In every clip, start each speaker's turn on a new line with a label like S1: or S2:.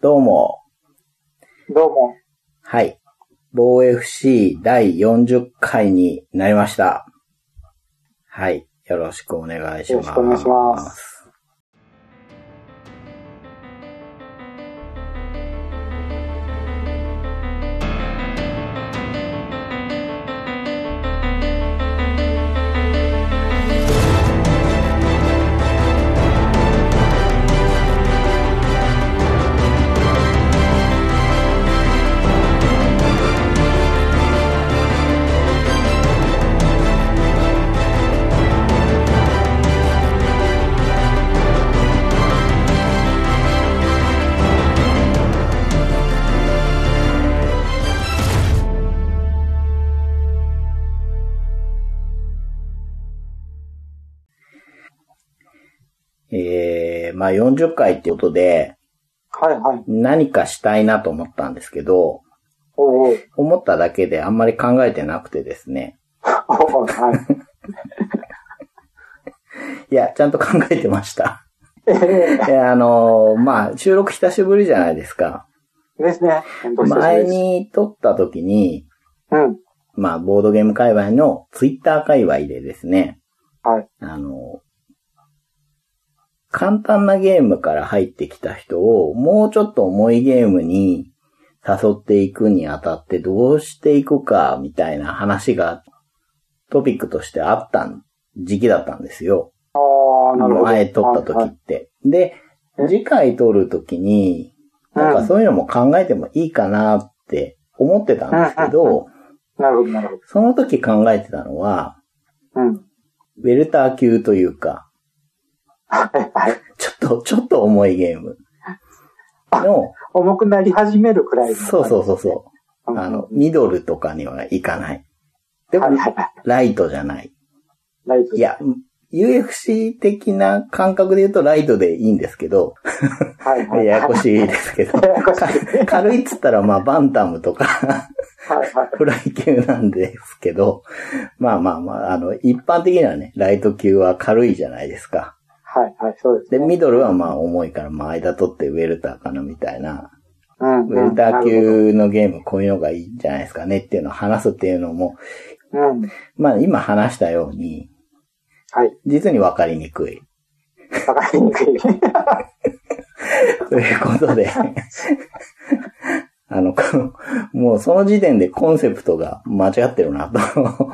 S1: どうも。
S2: どうも。
S1: はい。防 FC 第40回になりました。はい。よろしくお願いします。
S2: よろしくお願いします。
S1: えー、まあ40回ってことで、
S2: はいはい。
S1: 何かしたいなと思ったんですけど、
S2: おうおう。
S1: 思っただけであんまり考えてなくてですね。
S2: おう はい。
S1: いや、ちゃんと考えてま した。
S2: え
S1: い
S2: え
S1: や、あのーまあ、収録久しぶりじゃないですか。
S2: ですね。本当久しぶり
S1: 前
S2: です
S1: に撮った時に、
S2: うん。
S1: まあ、ボードゲーム界隈のツイッター界隈でですね、
S2: はい。
S1: あの、簡単なゲームから入ってきた人を、もうちょっと重いゲームに誘っていくにあたってどうしていくか、みたいな話がトピックとしてあった時期だったんですよ。
S2: ああ、なるほど。
S1: 前撮った時
S2: はい
S1: っ。て。で、次回撮る時に、なん
S2: う
S1: か
S2: ん
S1: そういうのも考えてもいいかなって思ってたんですけど、
S2: なるほど、なるほ
S1: その時考えてたのは、
S2: ど。うん。
S1: ウェルター級というか、
S2: はいはい。
S1: ちょっと、ちょっと重いゲームの、
S2: 重くなり始めるくらいの。
S1: そうそうそうそうう、
S2: ん
S1: あの、、ミドルとかにはいかない。で
S2: は
S1: も
S2: い、はいはい。
S1: ライトじゃない。
S2: ライト。
S1: い。や、UFC 的な感覚で言うとライトでいいんですけど、
S2: はいはい。
S1: ややこしいですけど、
S2: ややこし い。
S1: 軽いっつったらまあバンタムとか、
S2: はいはい。
S1: フライ級なんですけど、まあまあまあ、あの、一般的にはね、ライト級は軽いじゃないですか。
S2: はいはい。そうです
S1: で、
S2: ね。
S1: ミドルはまあ重いから、まあ間取ってウェルターかなみたいな、
S2: うん。
S1: ウェルター
S2: 級。
S1: 級のゲームこういうのがいいんじゃないですかねっていうのを話すっていうのも、
S2: うん。
S1: まあ今話したように、
S2: はい。
S1: 実にわかりにくい。
S2: わかりにくい。
S1: ということで、 あの、こもうその時点でコンセプトが間違ってるなと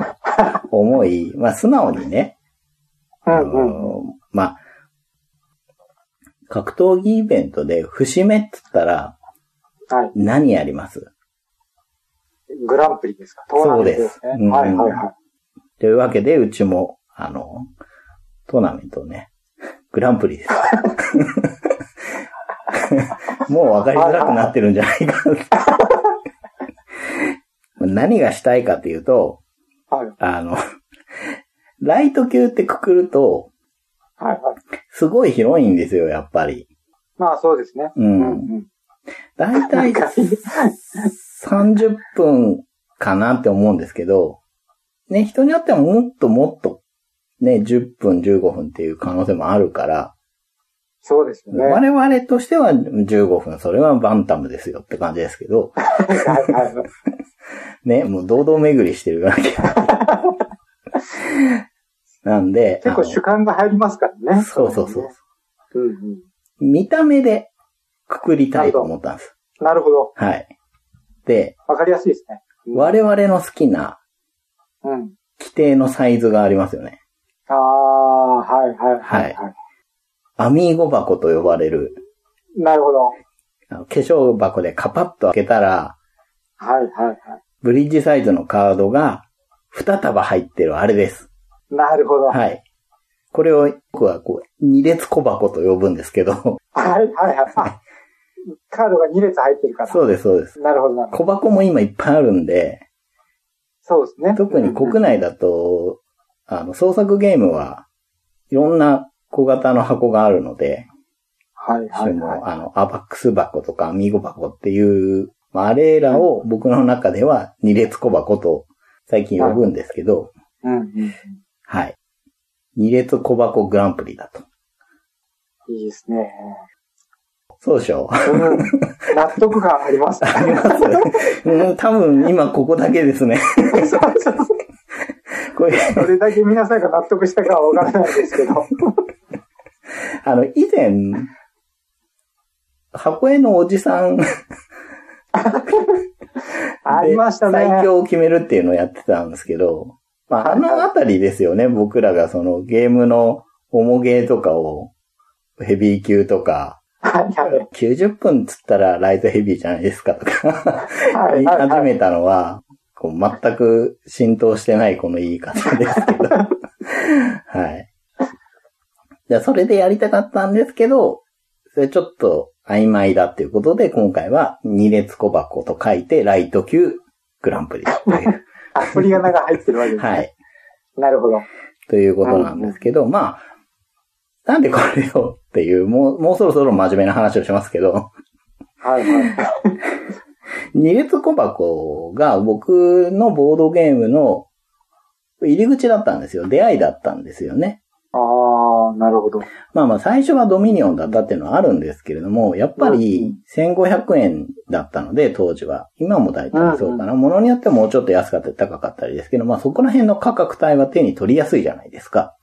S1: 思い、まあ素直にね、
S2: う
S1: あ
S2: んうん。
S1: のまあ、格闘技イベントで節目って言ったら
S2: はい。
S1: 何やります
S2: グランプリですか。トーナメントですね
S1: そうです。
S2: はい
S1: うん
S2: はいはい。
S1: というわけで、うちも、あの、トーナメントをね、 グランプリです。 もう分かりづらくなってるんじゃないか って何がしたいかというと、
S2: はい
S1: あの、ライト級ってくくると、
S2: はいはい。
S1: すごい広いんですよ、やっぱり。
S2: まあそうですね。
S1: う。
S2: うんん。
S1: だいた
S2: ないんか、
S1: 30分かなって思うんですけど、ね、人によってはもっともっと、ね、10分、15分っていう可能性もあるから、
S2: そうですよね。
S1: 我々としては15分、それはバンタムですよって感じですけど、
S2: はいはいはい。
S1: ね、もう堂々巡りしてるわけ。 なんで、
S2: 結構主観が入りますから
S1: あの
S2: ね。
S1: そうそうそう。
S2: う。うんうん。
S1: 見た目でくくりたいと思ったんです。
S2: なるほど。
S1: はい。で、
S2: わかりやすいですね。うん
S1: 我々の好きな
S2: うん。
S1: 規定のサイズがありますよね。
S2: ああ、はいはいはいは
S1: アミーゴ箱と呼ばれる、
S2: い。なるほど。はい
S1: あの化粧箱でカパッと開けたら、
S2: はいは
S1: ブリッジサイズのカードが2束入ってるあれです。
S2: い。なるほど。はい
S1: はい。これを僕はこう、二列小箱と呼ぶんですけ ど、
S2: はいはい。あカードが2列入ってるから。
S1: そうです、そうです。
S2: なるほどなるほど。
S1: 小箱も今いっぱいあるんで、
S2: そうですね。
S1: 特に国内だと、あの、創作ゲームはいろんな小型の箱があるので、
S2: はいは
S1: そ
S2: い
S1: の
S2: は
S1: あの、アバックス箱とかアミーゴ箱っていう、まああれらを僕の中では二列小箱と最近呼ぶんですけど、
S2: い。うんうん。
S1: はい。二列小箱グランプリだと。
S2: いいですね。
S1: そう でしょ
S2: うん納得感ありま すね。
S1: う。うん、多分今ここだけですね。
S2: そうそうそう
S1: これ、
S2: どれだけ皆さんが納得したかはわからないですけど。
S1: あの、以前、箱絵のおじさんで
S2: ありましたね。
S1: 最強を決めるっていうのをやってたんですけど、まあ、あのあたりですよね、僕らがそのゲームの重ゲーとかを、ヘビー級とか、
S2: はいはい
S1: 90分つったらライトヘビーじゃないですかとか、
S2: は
S1: 言
S2: い
S1: い
S2: はい
S1: 始
S2: はい。
S1: めたのは、こう全く浸透してないこの言い方ですけ ど。はい。でそれでやりたかったんですけど、それちょっと曖昧だっていうことで、今回は2列小箱と書いて、ライト級グランプリという。
S2: あ、鳥が中入ってるわけですね。
S1: はい。
S2: なるほど。
S1: ということなんですけど、まあ、なんでこれをっていう、もう、もうそろそろ真面目な話をしますけど、
S2: はいはい。
S1: 二列小箱が僕のボードゲームの入り口だったんですよ。出会いだったんですよね。
S2: ああ、なるほど。
S1: まあまあ最初はドミニオンだったっていうのはあるんですけれども、やっぱり1500円だったので当時は。今も大体そうかな。ものによってはもうちょっと安かったり高かったりですけど、まあそこら辺の価格帯は手に取りやすいじゃないですか。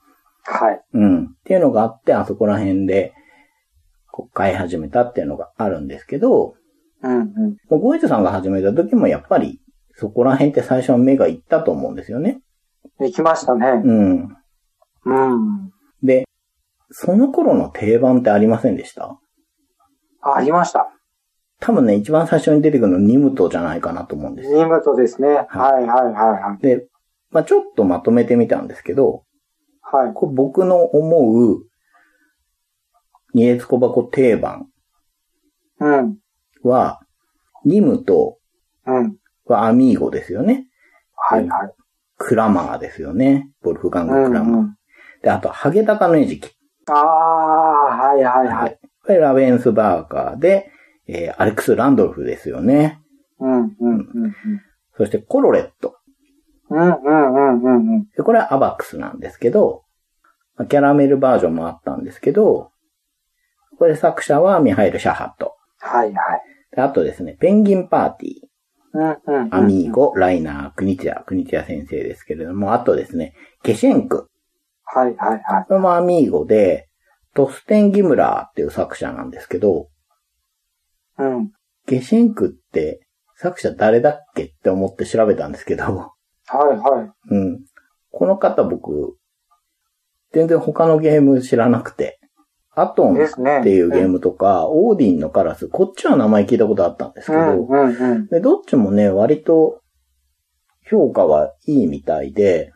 S2: はい。
S1: うん。っていうのがあって、あそこら辺で、こう、買い始めたっていうのがあるんですけど、
S2: うんうん。
S1: もうゴイチョさんが始めた時もやっぱり、そこら辺って最初は目がいったと思うんですよね。
S2: 行きましたね。
S1: うん。
S2: うん。
S1: で、その頃の定番ってありませんでした
S2: ありました。
S1: 多分ね、一番最初に出てくるのニムトじゃないかなと思うんですよ。
S2: ニムトですね。はいはいは
S1: で、まあちょっとまとめてみたんですけど、
S2: いはい。はい。
S1: こう僕の思う、二列小箱定番
S2: うん。
S1: は、ニムト
S2: うん。
S1: はアミーゴですよね。
S2: はいはい。
S1: クラマーですよね。ボルフガング・クラマー。
S2: うんうん
S1: で、あと、ハゲタカの餌食。
S2: ああ、はいはいはい。
S1: これラベンスバーカーで、えー、アレックス・ランドルフですよね。
S2: うんうんうんうん。
S1: そして、コロレット。
S2: うんうんうんうんうん。
S1: でこれはアバックスなんですけど、まあキャラメルバージョンもあったんですけど、これ作者はミハイル・シャハット。
S2: はいはい。
S1: であとですね、ペンギンパーティー。
S2: うんうんうん。
S1: アミーゴ、ライナー、クニチア、クニチア先生ですけれども、あとですね、ケシェンク。
S2: はいはいはい。
S1: これもアミーゴで、トステン・ギムラーっていう作者なんですけど、
S2: うん。
S1: ゲシンクって作者誰だっけって思って調べたんですけど、
S2: はいはい。
S1: うん。この方僕、全然他のゲーム知らなくて、アトン
S2: で
S1: っ
S2: すね。
S1: ていうゲームとか、オーディンのカラス、こっちは名前聞いたことあったんですけ
S2: う
S1: ど、
S2: んうんうん。
S1: でどっちもね、割と評価はいいみたいで、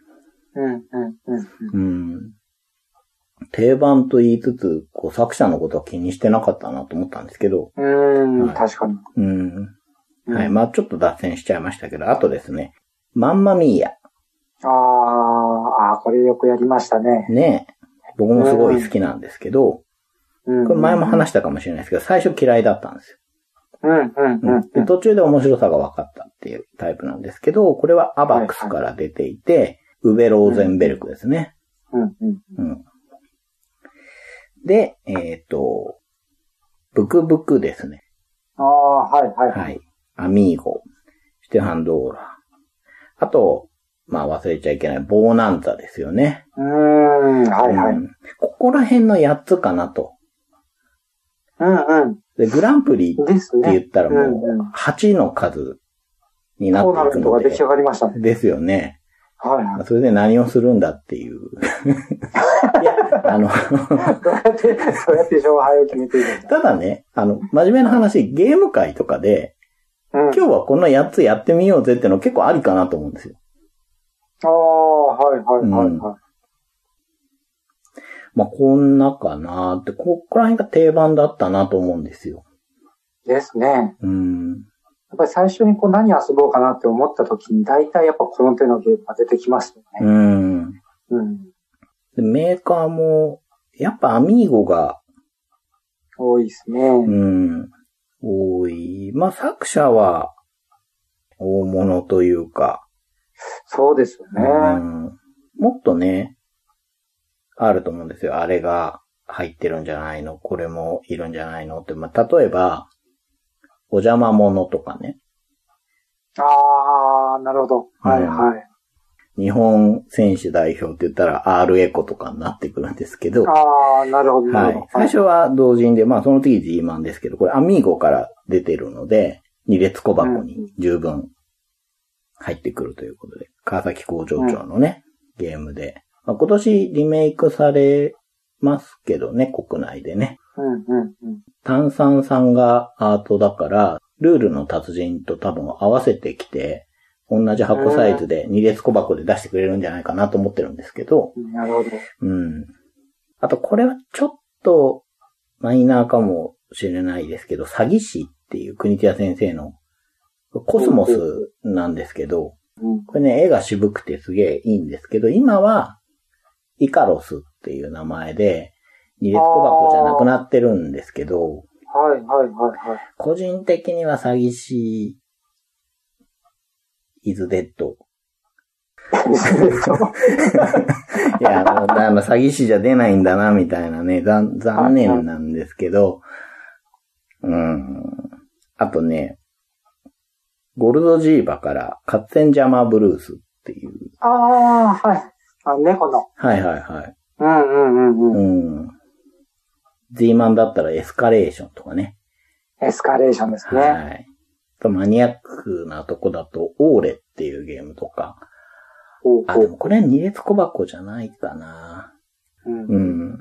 S2: うんうんうん。
S1: うん。定番と言いつつ、こう作者のことは気にしてなかったなと思ったんですけど、
S2: うん、
S1: はい
S2: 確かに。
S1: うん。
S2: うん
S1: はい。まあちょっと脱線しちゃいましたけど、あとですね、マンマミーヤ。
S2: あーあー、これよくやりましたね。
S1: ね僕もすごい好きなんですけど、
S2: うん
S1: これ前も話したかもしれないですけど、最初嫌いだったんですよ。
S2: うんうんうん
S1: で途中で面白さが分かったっていうタイプなんですけど、これはアバックスから出ていて、ウベローゼンベルクですね。
S2: うんうん。
S1: うん。で、えっ、と、ブクブクですね。
S2: ああ、はいはい。
S1: はい。アミーゴ。シテハンドーラー。あと、まあ忘れちゃいけない、ボーナンザですよね。
S2: うーん、はいはい。
S1: うんここら辺の8つかなと。
S2: うん
S1: で、グランプリ
S2: うん。
S1: っ
S2: です
S1: て
S2: ね。
S1: 言ったらも
S2: うんう
S1: うん8の数にな
S2: こうな
S1: っ
S2: る
S1: ていく
S2: と
S1: の
S2: が
S1: で
S2: 出来上がりましたね。
S1: ですよね。
S2: はいはい。
S1: それで何をするんだっていう。いや、あの、
S2: どうやって、どうやって勝敗を決めていくんだ
S1: ただね、あの、真面目な話、ゲーム会とかで、
S2: うん。
S1: 今日はこの8つやってみようぜっての結構ありかなと思うんですよ。
S2: ああ、はいはいはいはい。
S1: まあ、こんなかなって、ここら辺が定番だったなと思うんですよ。
S2: ですね。や
S1: うん。
S2: っぱり最初にこう何遊ぼうかなって思った時に、大体やっぱこの手のゲームが出てきますよね。
S1: うん。
S2: うん。
S1: でメーカーも、やっぱアミーゴが、
S2: 多いですね。
S1: うん、多い。まあ、作者は、大物というか、
S2: そうですよ
S1: う
S2: ね。
S1: んもっとね、あると思うんですよ。あれが、入ってるんじゃないのこれもいるんじゃないのって、まあ、例えば、お邪魔者とかね、
S2: あー、なるほど。はい
S1: うん
S2: はい。
S1: 日本選手代表って言ったら R エコとかになってくるんですけど、は
S2: あー、なるほど、なるほ
S1: い
S2: ど。。
S1: 最初は同人で、まあその時 G マンですけど、これアミーゴから出てるので、二列小箱に十分入ってくるということで、川崎工場長のね、ゲームで。まあ、今年リメイクされますけどね、国内でね。
S2: うんうんうん。
S1: 炭酸さんがアートだから、ルールの達人と多分合わせてきて、同じ箱サイズで2列小箱で出してくれるんじゃないかなと思ってるんですけど、
S2: なるほど。
S1: うん。あとこれはちょっとマイナーかもしれないですけど、詐欺師っていう国手屋先生のコスモスなんですけど、
S2: うん
S1: これね、絵が渋くてすげえいいんですけど、今は、イカロスっていう名前で、二列小箱じゃなくなってるんですけど、
S2: はいはいはいはい。
S1: 個人的には詐欺師、イズデッド。いや、もうあの、詐欺師じゃ出ないんだな、みたいなね、残、残念なんですけど、うん。あとね、ゴルドジーバから、カッツェンジャマーブルースっていう。
S2: あー、はい。あ、猫の。
S1: はいはいはい。
S2: うんうんうんう。
S1: うんん。Z マンだったらエスカレーションとかね。
S2: エスカレーションですね。
S1: はい。あとマニアックなとこだと、オーレっていうゲームとか。
S2: ほう
S1: あ、
S2: ほ
S1: で
S2: う。
S1: もこれは二列小箱じゃないかな。
S2: うん
S1: うん。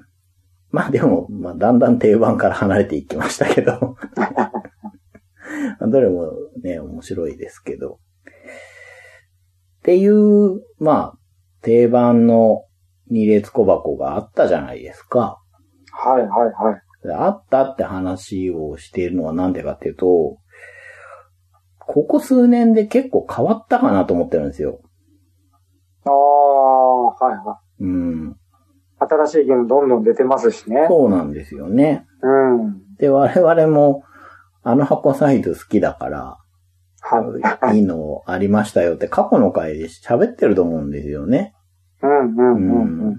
S1: まあでも、まあだんだん定番から離れていきましたけど。 どれもね、面白いですけど。っていう、まあ、定番の二列小箱があったじゃないですか。
S2: はいはいはい。
S1: であったって話をしているのはなんでかっていうと、ここ数年で結構変わったかなと思ってるんですよ。
S2: あー、はいは
S1: うん。
S2: い。新しいゲームどんどん出てますしね。
S1: そうなんですよね。
S2: うん。
S1: で、我々も、あの箱サイズ好きだから、
S2: はい。
S1: いいのありましたよって過去の回で喋ってると思うんですよね。
S2: うんうんうんうんうん。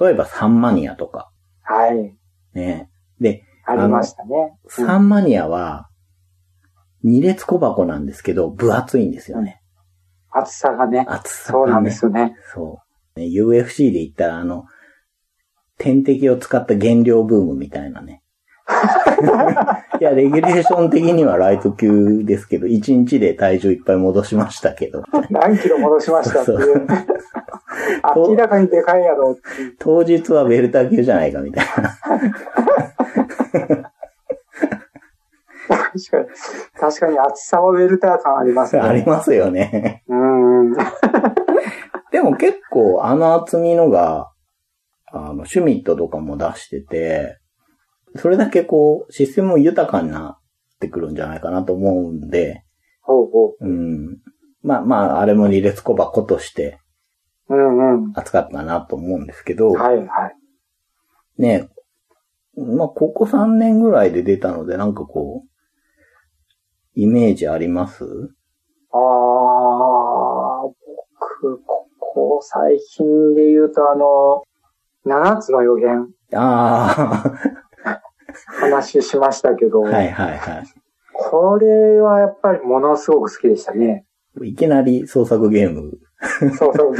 S1: 例えばサンマニアとか。
S2: はい。
S1: ね。で、
S2: ありましたね。
S1: サンマニアは、二列小箱なんですけど、分厚いんですよね。
S2: 厚さがね。
S1: 厚さ
S2: そう
S1: が
S2: なんで
S1: ね。
S2: すよね。
S1: そう。ね、UFC で言ったら、あの、点滴を使った減量ブームみたいなね。いや、レギュレーション的にはライト級ですけど、1日で体重いっぱい戻しましたけど、
S2: 何キロ戻しましたっていう。
S1: そう
S2: 明らかにでかいやろっていう。
S1: 当日はベルター級じゃないかみたいな。
S2: 確かに。確かに厚さはウェルター感ありますね。
S1: ありますよね。
S2: うんうん。はい
S1: でも結構あの厚みのが、あの、シュミットとかも出してて、それだけこう、システムも豊かになってくるんじゃないかなと思うんで、
S2: ほうほ
S1: うん。まあまあ、あれも二列小箱として
S2: う。うんうん。
S1: 扱ったなと思うんですけど、
S2: はいはい。
S1: ね、まあ、ここ3年ぐらいで出たので、なんかこう、イメージあります
S2: あー、僕、ここ最近で言うとあの、7つの予言
S1: あ
S2: 話しましたけど、
S1: あ、はいはいは
S2: これはやっぱりものすごく好きでしたね。
S1: い。いきなり創作ゲーム。
S2: そう そう。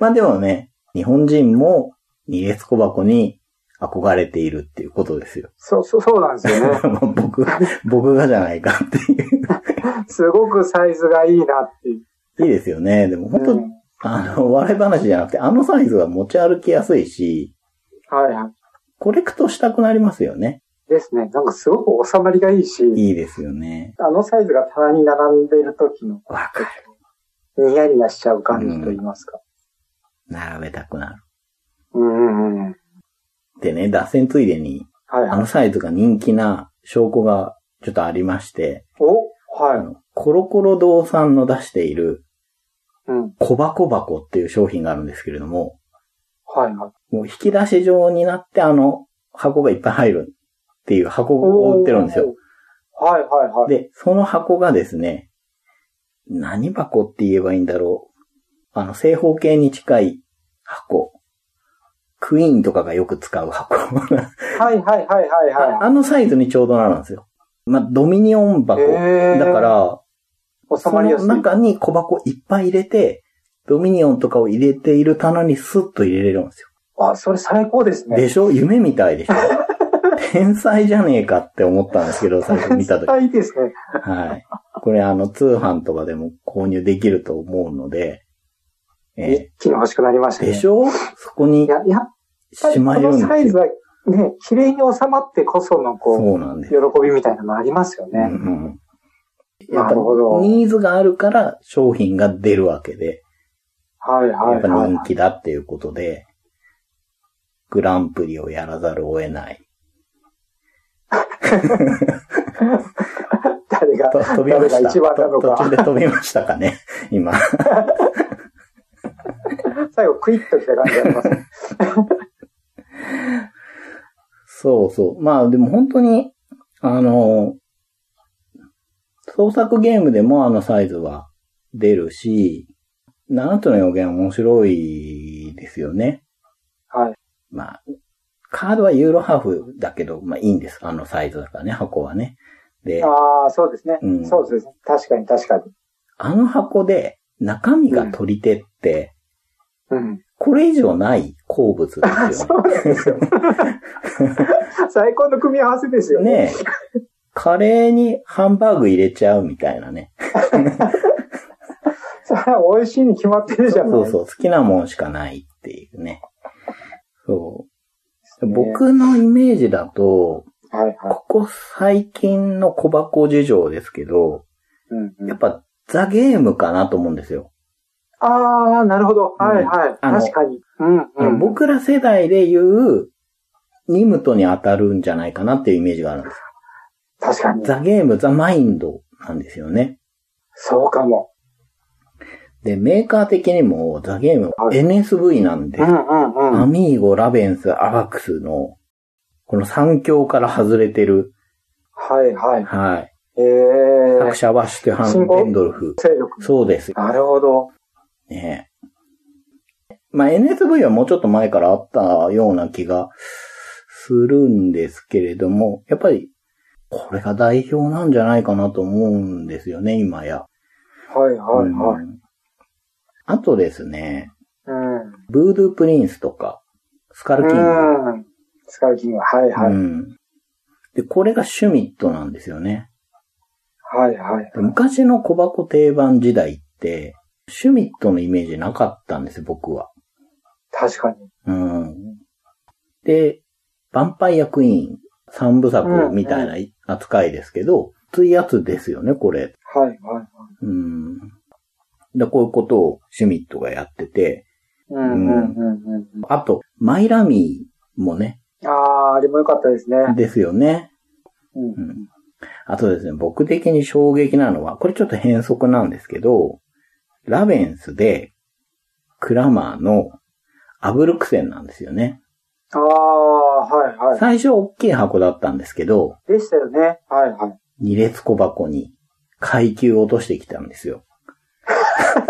S1: まあでもね、日本人も二列小箱に憧れているっていうことですよ。
S2: そう、そう、そうなんですよね。
S1: まあ僕、僕がじゃないかっていう。
S2: すごくサイズがいいなっていう。
S1: いいですよね。でも本
S2: う
S1: 当、
S2: ん
S1: あの、笑い話じゃなくて、あのサイズは持ち歩きやすいし、
S2: はいは
S1: コレクトしたくなりますよね。
S2: い。ですね。なんかすごく収まりがいいし、
S1: いいですよね。
S2: あのサイズが棚に並んでいる時の
S1: わかる。
S2: ニヤニヤしちゃう感じと言いますか。
S1: 並べたくなる。
S2: うんうんうん。
S1: でね、脱線ついでに、
S2: はい
S1: あ
S2: はい。
S1: のサイズが人気な証拠がちょっとありまして、
S2: おは
S1: あ
S2: い。
S1: の、コロコロ堂さんの出している
S2: うん。
S1: 小箱箱っていう商品があるんですけれども、
S2: はいはい。
S1: もう引き出し状になってあの箱がいっぱい入るっていう箱を売ってるんですよ。
S2: おー。はいはいはい。
S1: で、その箱がですね、何箱って言えばいいんだろう。あの、正方形に近い箱。クイーンとかがよく使う箱。
S2: はいはいはいはいは
S1: あのサイズにちょうどなんですよ。まあ、ドミニオン箱。
S2: へー
S1: だから、
S2: い。収
S1: そ
S2: まりやす
S1: の
S2: い。
S1: 中に小箱いっぱい入れて、ドミニオンとかを入れている棚にスッと入れれるんですよ。
S2: あ、それ最高ですね。
S1: でしょ夢みたい でしょ天才じゃねえかって思ったんですけど、最初見た時。
S2: 最いいですね。
S1: はい。これあの、通販とかでも購入できると思うので、え
S2: 一気に欲しくなりまし
S1: ー
S2: たね。
S1: でしょそこ
S2: い
S1: に
S2: や、やっぱり
S1: し
S2: こ
S1: まえる
S2: の
S1: ん
S2: サイ
S1: です
S2: ズ
S1: よ。
S2: はね、綺麗に収まってこそのこ
S1: そうなん
S2: う、
S1: です
S2: 喜。びみたいなのありますよ
S1: うん
S2: ね。
S1: うんやっ
S2: な
S1: ぱ
S2: るほど。はい
S1: ニーズがあるから商品が出るわけで、
S2: はい
S1: やっぱ
S2: はい。
S1: 人気だっていうことで、グランプリをやらざるを得ない。
S2: 誰が
S1: と、飛びま
S2: 誰
S1: し
S2: が
S1: た。
S2: 一番なの
S1: と途
S2: か
S1: 中。で飛びましたかね、今。
S2: 最後クイッときた感じがあります。
S1: そうそう。まあでも本当に、あの、創作ゲームでもあのサイズは出るし、7つの予言面白いですよね。
S2: はい。
S1: まあ、カードはユーロハーフだけど、まあいいんです。あのサイズだからね、箱はね。で、
S2: ああ、そうですね
S1: うん。
S2: そうですね。確かに確かに。
S1: あの箱で中身が取り手って、
S2: うん。
S1: これ以上ない好物ですよね。
S2: 最高の組み合わせですよね。
S1: ねえカレーにハンバーグ入れちゃうみたいなね。
S2: それは美味しいに決まってるじゃん。
S1: そうそう、好きなもんしかないっていうね。そう。僕のイメージだと、
S2: はいはい。
S1: ここ最近の小箱事情ですけど、
S2: うんう
S1: やっ
S2: ん、
S1: ぱザゲームかなと思うんですよ。
S2: ああ、なるほど。はいはい。
S1: あの
S2: 確かに。うん、うん。
S1: 僕ら世代で言う、ニムトに当たるんじゃないかなっていうイメージがあるんです。
S2: 確かに。
S1: ザゲーム、ザマインドなんですよね。
S2: そうかも。
S1: で、メーカー的にもザゲーム
S2: は
S1: NSV なんで
S2: うん、うん
S1: ア
S2: うん。
S1: ミーゴ、ラベンス、アバクスの、この三強から外れてる、
S2: はいはい。
S1: はい。
S2: ええ
S1: 作
S2: ー。
S1: 者はシュテハン・ベンドルフ。
S2: 勢力。
S1: そうです。
S2: なるほど。
S1: ね。まあ、NSV はもうちょっと前からあったような気がするんですけれども、やっぱり、これが代表なんじゃないかなと思うんですよね、今や。
S2: はいはいはい。
S1: うんあとですね、
S2: うん。
S1: ブードゥープリンスとか、スカルキング。
S2: うん。スカルキング。はいは
S1: う
S2: い。
S1: んで、これがシュミットなんですよね。
S2: はいはい
S1: で。昔の小箱定番時代って、シュミットのイメージなかったんです、僕は。
S2: 確かに。
S1: うん。で、ヴァンパイアクイーン三部作みたいな扱いですけど、ついやつですよね、これ。
S2: はいはいはい。
S1: うん。で、こういうことをシュミットがやってて、
S2: うんうんうんうん。
S1: あと、マイラミーもね、
S2: ああ、あれも良かったですね。
S1: ですよね。
S2: うんうん
S1: うんあとですね、僕的に衝撃なのは、これちょっと変則なんですけど、ラベンスで、クラマーのアブルクセンなんですよね。
S2: ああ、はいは
S1: 最初大きい箱だったんですけど、
S2: い。でしたよね。はいはい。
S1: 二列小箱に階級を落としてきたんですよ。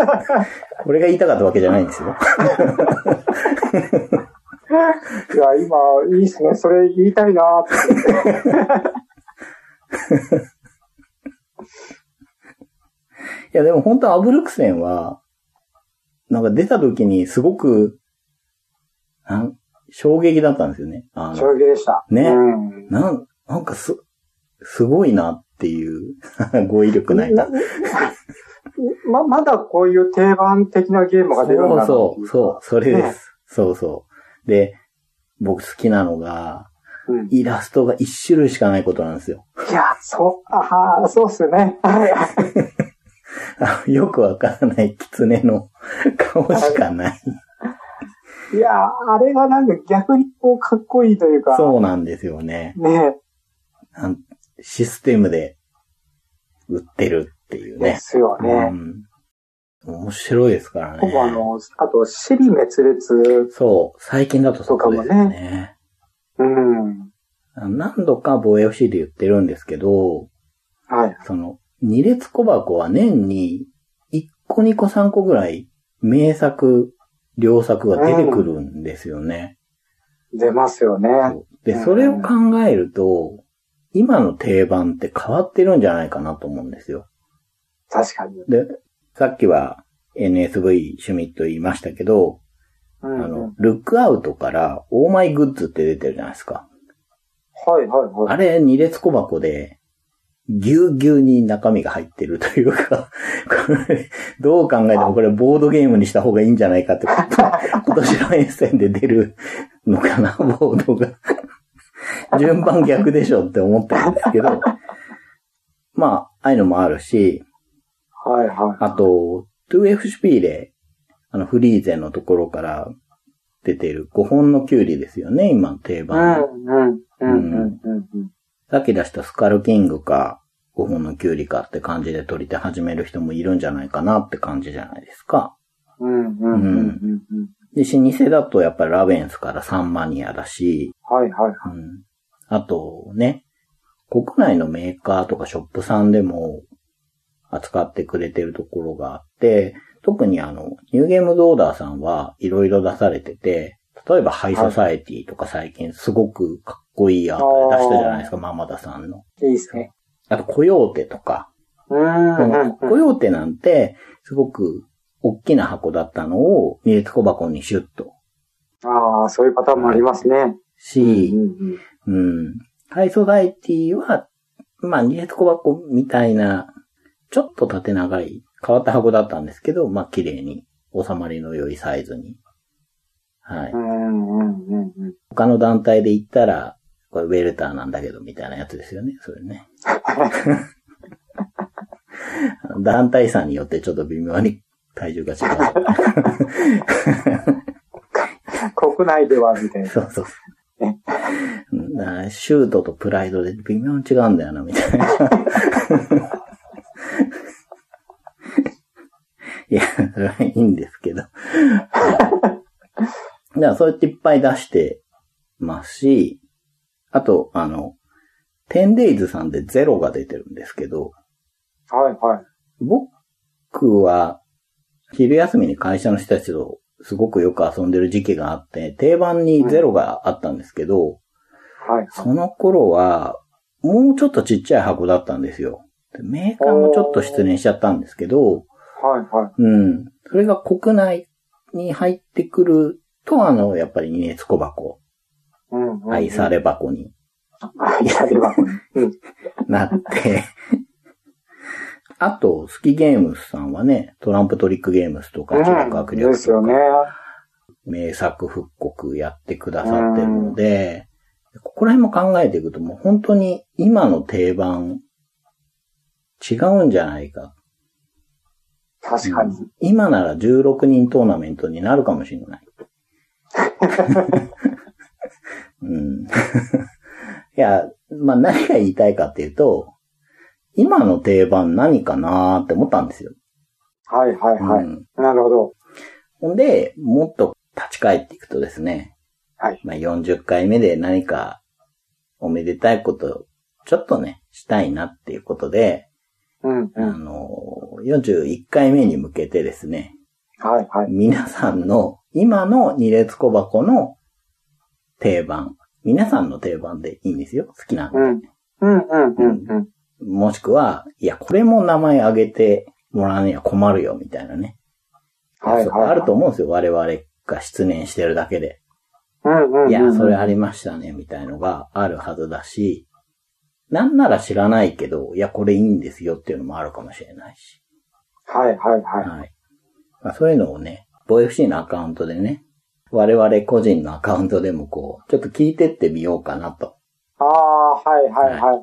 S1: これが言いたかったわけじゃないんですよ。
S2: いや、今、いいっすね。それ言いたいなーって。
S1: いやでも本当アブルクセンは、なんか出た時にすごく、なん衝撃だったんですよね。あ
S2: 衝
S1: の、
S2: 撃でした。
S1: ね
S2: うん
S1: なん、なんかす、すごいなっていう、 語彙力ないな。
S2: ま、まだこういう定番的なゲームが出るんだな
S1: そうそう、そうう、それで
S2: ね
S1: す。そうそう。で、僕好きなのが、
S2: そう。うん、い
S1: イラストが一種類しかないことなんですよ。
S2: や、そう、ああ、そうっすね。はい
S1: あよくわからない狐の 顔しかない。
S2: いや、あれがなんか逆にこうかっこいいというか、
S1: そうなんですよね。
S2: ね
S1: なんシステムで売ってるっていう
S2: で
S1: ね。
S2: すよね。
S1: うん、面白いですから
S2: 僕あ
S1: ね。
S2: の、あと、尻滅裂。
S1: そう、最近だとそうです
S2: そうか
S1: ね
S2: もうん。
S1: 何度か防衛 FC で言ってるんですけど、
S2: はい。
S1: その、二列小箱は年に1個2個3個ぐらい名作、良作が出てくるんですよね。
S2: 出ますよね。
S1: で、それを考えると、今の定番って変わってるんじゃないかなと思うんですよ。
S2: 確かに。
S1: で、さっきは NSV 趣味と言いましたけど、
S2: うんうん
S1: あの、ルックアウトからオーマイグッズって出てるじゃないですか。
S2: はいはいは
S1: あ
S2: い。
S1: れ、二列小箱で、ぎゅうぎゅうに中身が入ってるというか、 これ、どう考えてもこれボードゲームにした方がいいんじゃないかって こと、今年の遠戦で出るのかな、 ボードが。順番逆でしょって思ってるんですけど、まあ、ああいうのもあるし、
S2: はいはい。
S1: あと、2F シュピーレ、あの、フリーゼのところから出てる5本のキュウリですよね、今、定
S2: う
S1: 番の。
S2: んうんうんうんうんうん。
S1: さっき出したスカルキングか、5本のキュウリかって感じで取り手始める人もいるんじゃないかなって感じじゃないですか。
S2: うんうんうんうんうん。
S1: で、老舗だとやっぱりラベンスからサンマニアだし、
S2: はいはいはい。
S1: うん。あとね、国内のメーカーとかショップさんでも扱ってくれてるところがあって、特にあの、ニューゲームズオーダーさんはいろいろ出されてて、例えばハイソサエティとか最近すごくかっこいいアートで出したじゃないですか、ママダさんの。
S2: いいですね。
S1: あと、コヨーテとか。
S2: うん
S1: こ
S2: うん
S1: の
S2: うん。
S1: コヨーテなんて、すごく大きな箱だったのを、二列小箱にシュッと
S2: ああ、そういうパターンもありますね。
S1: し
S2: う、んうん
S1: うん。ハイソサエティは、まあ、二列小箱みたいな、ちょっと縦長い、変わった箱だったんですけど、まあ、綺麗に、収まりの良いサイズに。はい。
S2: うんうんうんうん。
S1: 他の団体で言ったら、これウェルターなんだけど、みたいなやつですよね、それ ね。 団体差によってちょっと微妙に体重が違う。
S2: 国内では、みたい な。
S1: そうそう。うんだからシュートとプライドで微妙に違うんだよな、みたいな。いや、それはいいんですけど。だからそうやっていっぱい出してますし、あと、あの、テンデイズさんでゼロが出てるんですけど、
S2: はいはい。
S1: 僕は、昼休みに会社の人たちとすごくよく遊んでる時期があって、定番にゼロがあったんですけど、
S2: はい。
S1: その頃は、もうちょっとちっちゃい箱だったんですよ。でメーカーもちょっと失念しちゃったんですけど、
S2: はいはい。
S1: うん。それが国内に入ってくると、あの、やっぱり二熱小箱、
S2: うんうんうん。
S1: 愛され箱に
S2: 愛され は。うん。
S1: なって、 あと、好きゲームスさんはね、トランプトリックゲームスとか、企画
S2: う
S1: 悪
S2: ん。
S1: 力
S2: です
S1: と
S2: よね。
S1: か、名作復刻やってくださってるので、ここら辺も考えていくともう本当に今の定番違うんじゃないか。
S2: 確かに。
S1: 今なら16人トーナメントになるかもしれない。うん、い や、まあ何が言いたいかっていうと、今の定番何かなーって思ったんですよ。
S2: はいはいはい。
S1: うん
S2: なるほど。
S1: ほんで、もっと立ち返っていくとですね、
S2: はい。
S1: まあ、40回目で何かおめでたいこと、ちょっとね、したいなっていうことで、
S2: うんう
S1: あ
S2: ん。
S1: の、41回目に向けてですね、
S2: はいはい。
S1: 皆さんの、今の二列小箱の定番、皆さんの定番でいいんですよ、好きな
S2: う
S1: の。
S2: ん。うんうんうんうん。
S1: もしくは、いや、これも名前あげてもらわねえ困るよ、みたいなね。
S2: はいはいはい。
S1: あると思うんですよ、我々が失念してるだけで。
S2: うんうんうん。
S1: いや、それありましたね、みたいのがあるはずだし、なんなら知らないけど、いや、これいいんですよっていうのもあるかもしれないし。
S2: はいはいは
S1: はい。まあ、そういうのをね、ボイフシーのアカウントでね、我々個人のアカウントでもこう、ちょっと聞いてってみようかなと。
S2: い。ああ、はいはいはいはいはい。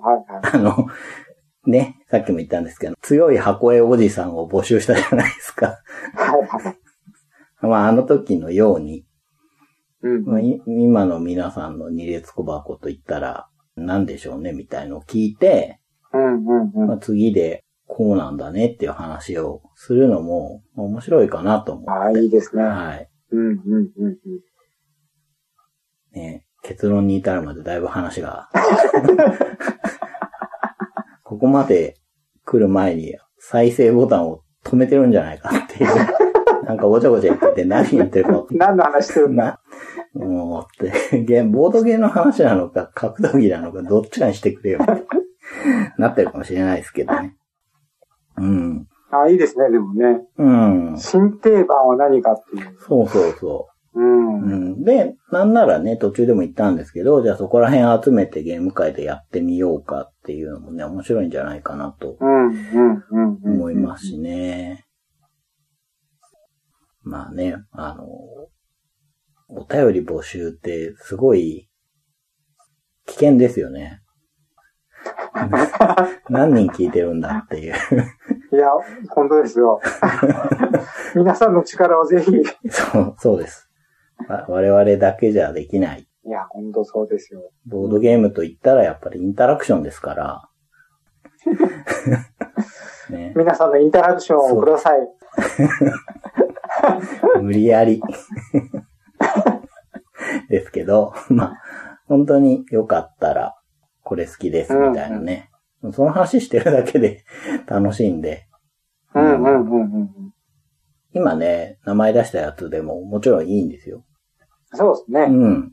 S1: あの、ね、さっきも言ったんですけど、強い箱絵おじさんを募集したじゃないですか。
S2: はいはい。
S1: まあ、あの時のように、
S2: うん。
S1: まあい今の皆さんの二列小箱と言ったら、何でしょうね、みたいのを聞いて、
S2: うんうんう
S1: ま
S2: ん。
S1: あ、次でこうなんだねっていう話をするのもまあ面白いかなと思
S2: ああ、いいですね
S1: う。。はい。
S2: うんうんうんうん。
S1: ね、結論に至るまでだいぶ話が。 ここまで来る前に再生ボタンを止めてるんじゃないかっていう。なんかごちゃごちゃ言ってて何言ってるか分かんない
S2: 何の話してるんだ
S1: な、もうって、ゲームボードゲームの話なのか、格闘技なのか、どっちかにしてくれよ。なってるかもしれないですけどね。うん。
S2: あ、いいですね、でもね。
S1: うん。
S2: 新定番は何かっていう。
S1: そうそうそうう。
S2: ん。
S1: うん、で、なんならね、途中でも言ったんですけど、じゃあそこら辺集めてゲーム会でやってみようかっていうのもね、面白いんじゃないかなと
S2: うん、うん、うん。うん
S1: 思います。しね。まあね、あの、お便り募集ってすごい危険ですよね。 何人聞いてるんだっていう。
S2: いや、本当ですよ。皆さんの力をぜひ。い
S1: そう、そうです。わ我々だけじゃできない。
S2: や、本当そうですよ。
S1: ボードゲームと言ったらやっぱりインタラクションですから。ね、
S2: 皆さんのインタラクションをください。
S1: 無理や り。ですけど、まあ、本当によかったら、これ好きですみたいなね。その話してるだけで 楽しいんで。
S2: うん、うん、うん、うん。
S1: 今ね、名前出したやつでももちろんいいんですよ。
S2: そうですね。
S1: うん。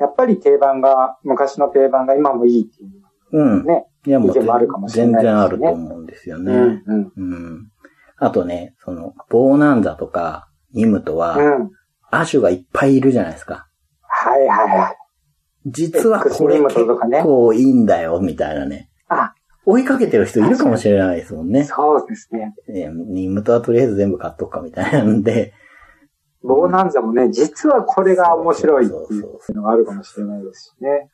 S2: やっぱり定番が、昔の定番が今もいいっていう
S1: うん。
S2: ね。
S1: いやもう
S2: 意見もあるかもしれ
S1: 全
S2: ないです
S1: 然
S2: ね
S1: あると思うんですよね。
S2: うん、うん。
S1: うん。あとね、その、ボーナンザとか、ニムとは、
S2: うん。
S1: アシュがいっぱいいるじゃないですか。
S2: はいはいはい。
S1: 実はこれ
S2: X ニム
S1: 結
S2: トとかね
S1: 構いいんだよ、みたいなね。
S2: あ、
S1: 追いかけてる人いるかもしれないですもんね。
S2: そうですね。
S1: えーニムとはとりあえず全部買っとくか、みたいなんで。
S2: ボーナンザもね、実はこれが面白いって
S1: そうそうそう
S2: いうのがあるかもしれないですしね。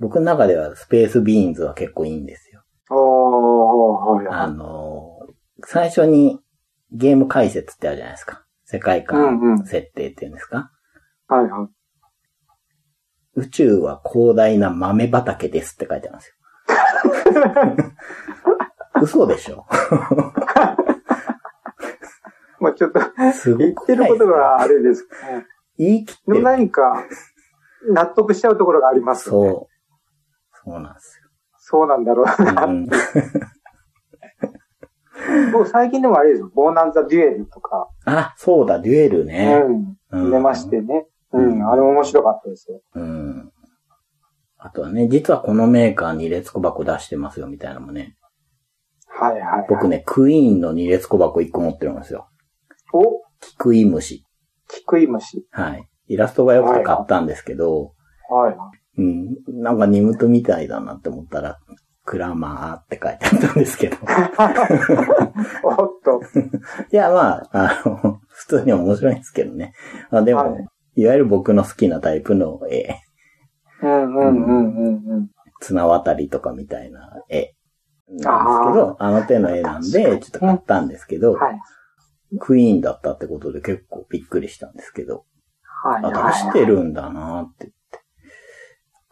S1: 僕の中ではスペースビーンズは結構いいんですよ。
S2: おー、はい
S1: あ
S2: はい。
S1: のー最初にゲーム解説ってあるじゃないですか。世界
S2: うんう
S1: 観
S2: ん
S1: 設定っていうんですか。
S2: はいはい。
S1: 宇宙は広大な豆畑ですって書いてあるんで すよ。嘘でしょ
S2: まあちょっと、
S1: すご
S2: 言っ
S1: く
S2: てる
S1: ない
S2: ことがあれですけどね。
S1: 言い切って
S2: でも
S1: る。
S2: 何か、納得しちゃうところがありますよね。
S1: そう。そうなんです
S2: そうなんだろう な。
S1: よ。うん、
S2: もう最近でもあれですよ。ボーナンザデュエルとか、
S1: あ、そうだ、デュエルね。
S2: う
S1: うん
S2: ん。出ましてね。う
S1: うん
S2: ん。あれ面白かったですよ。
S1: うん。あとはね、実はこのメーカー2列小箱出してますよ、みたいなのもね。
S2: はいはいはい。
S1: 僕ね、クイーンの2列小箱1個持ってるんですよ。
S2: お、
S1: キクイムシ。
S2: キクイムシ。
S1: はい。イラストが良くて買ったんですけど、
S2: はい。
S1: うん、なんかニムトみたいだなって思ったら、クラマーって書いてあったんです けど。
S2: おっと。
S1: いや、まあ、あの、普通に面白いんですけどね。まあでも、、
S2: はい
S1: わゆる僕の好きなタイプの絵、
S2: うんうんうんうんうん。
S1: 綱渡りとかみたいな絵なんですけど、あの手の絵なんで、ちょっと買ったんですけど、
S2: はい。
S1: クイーンだったってことで結構びっくりしたんですけど、
S2: はい。
S1: あ、
S2: はい
S1: 出してるんだなって言って。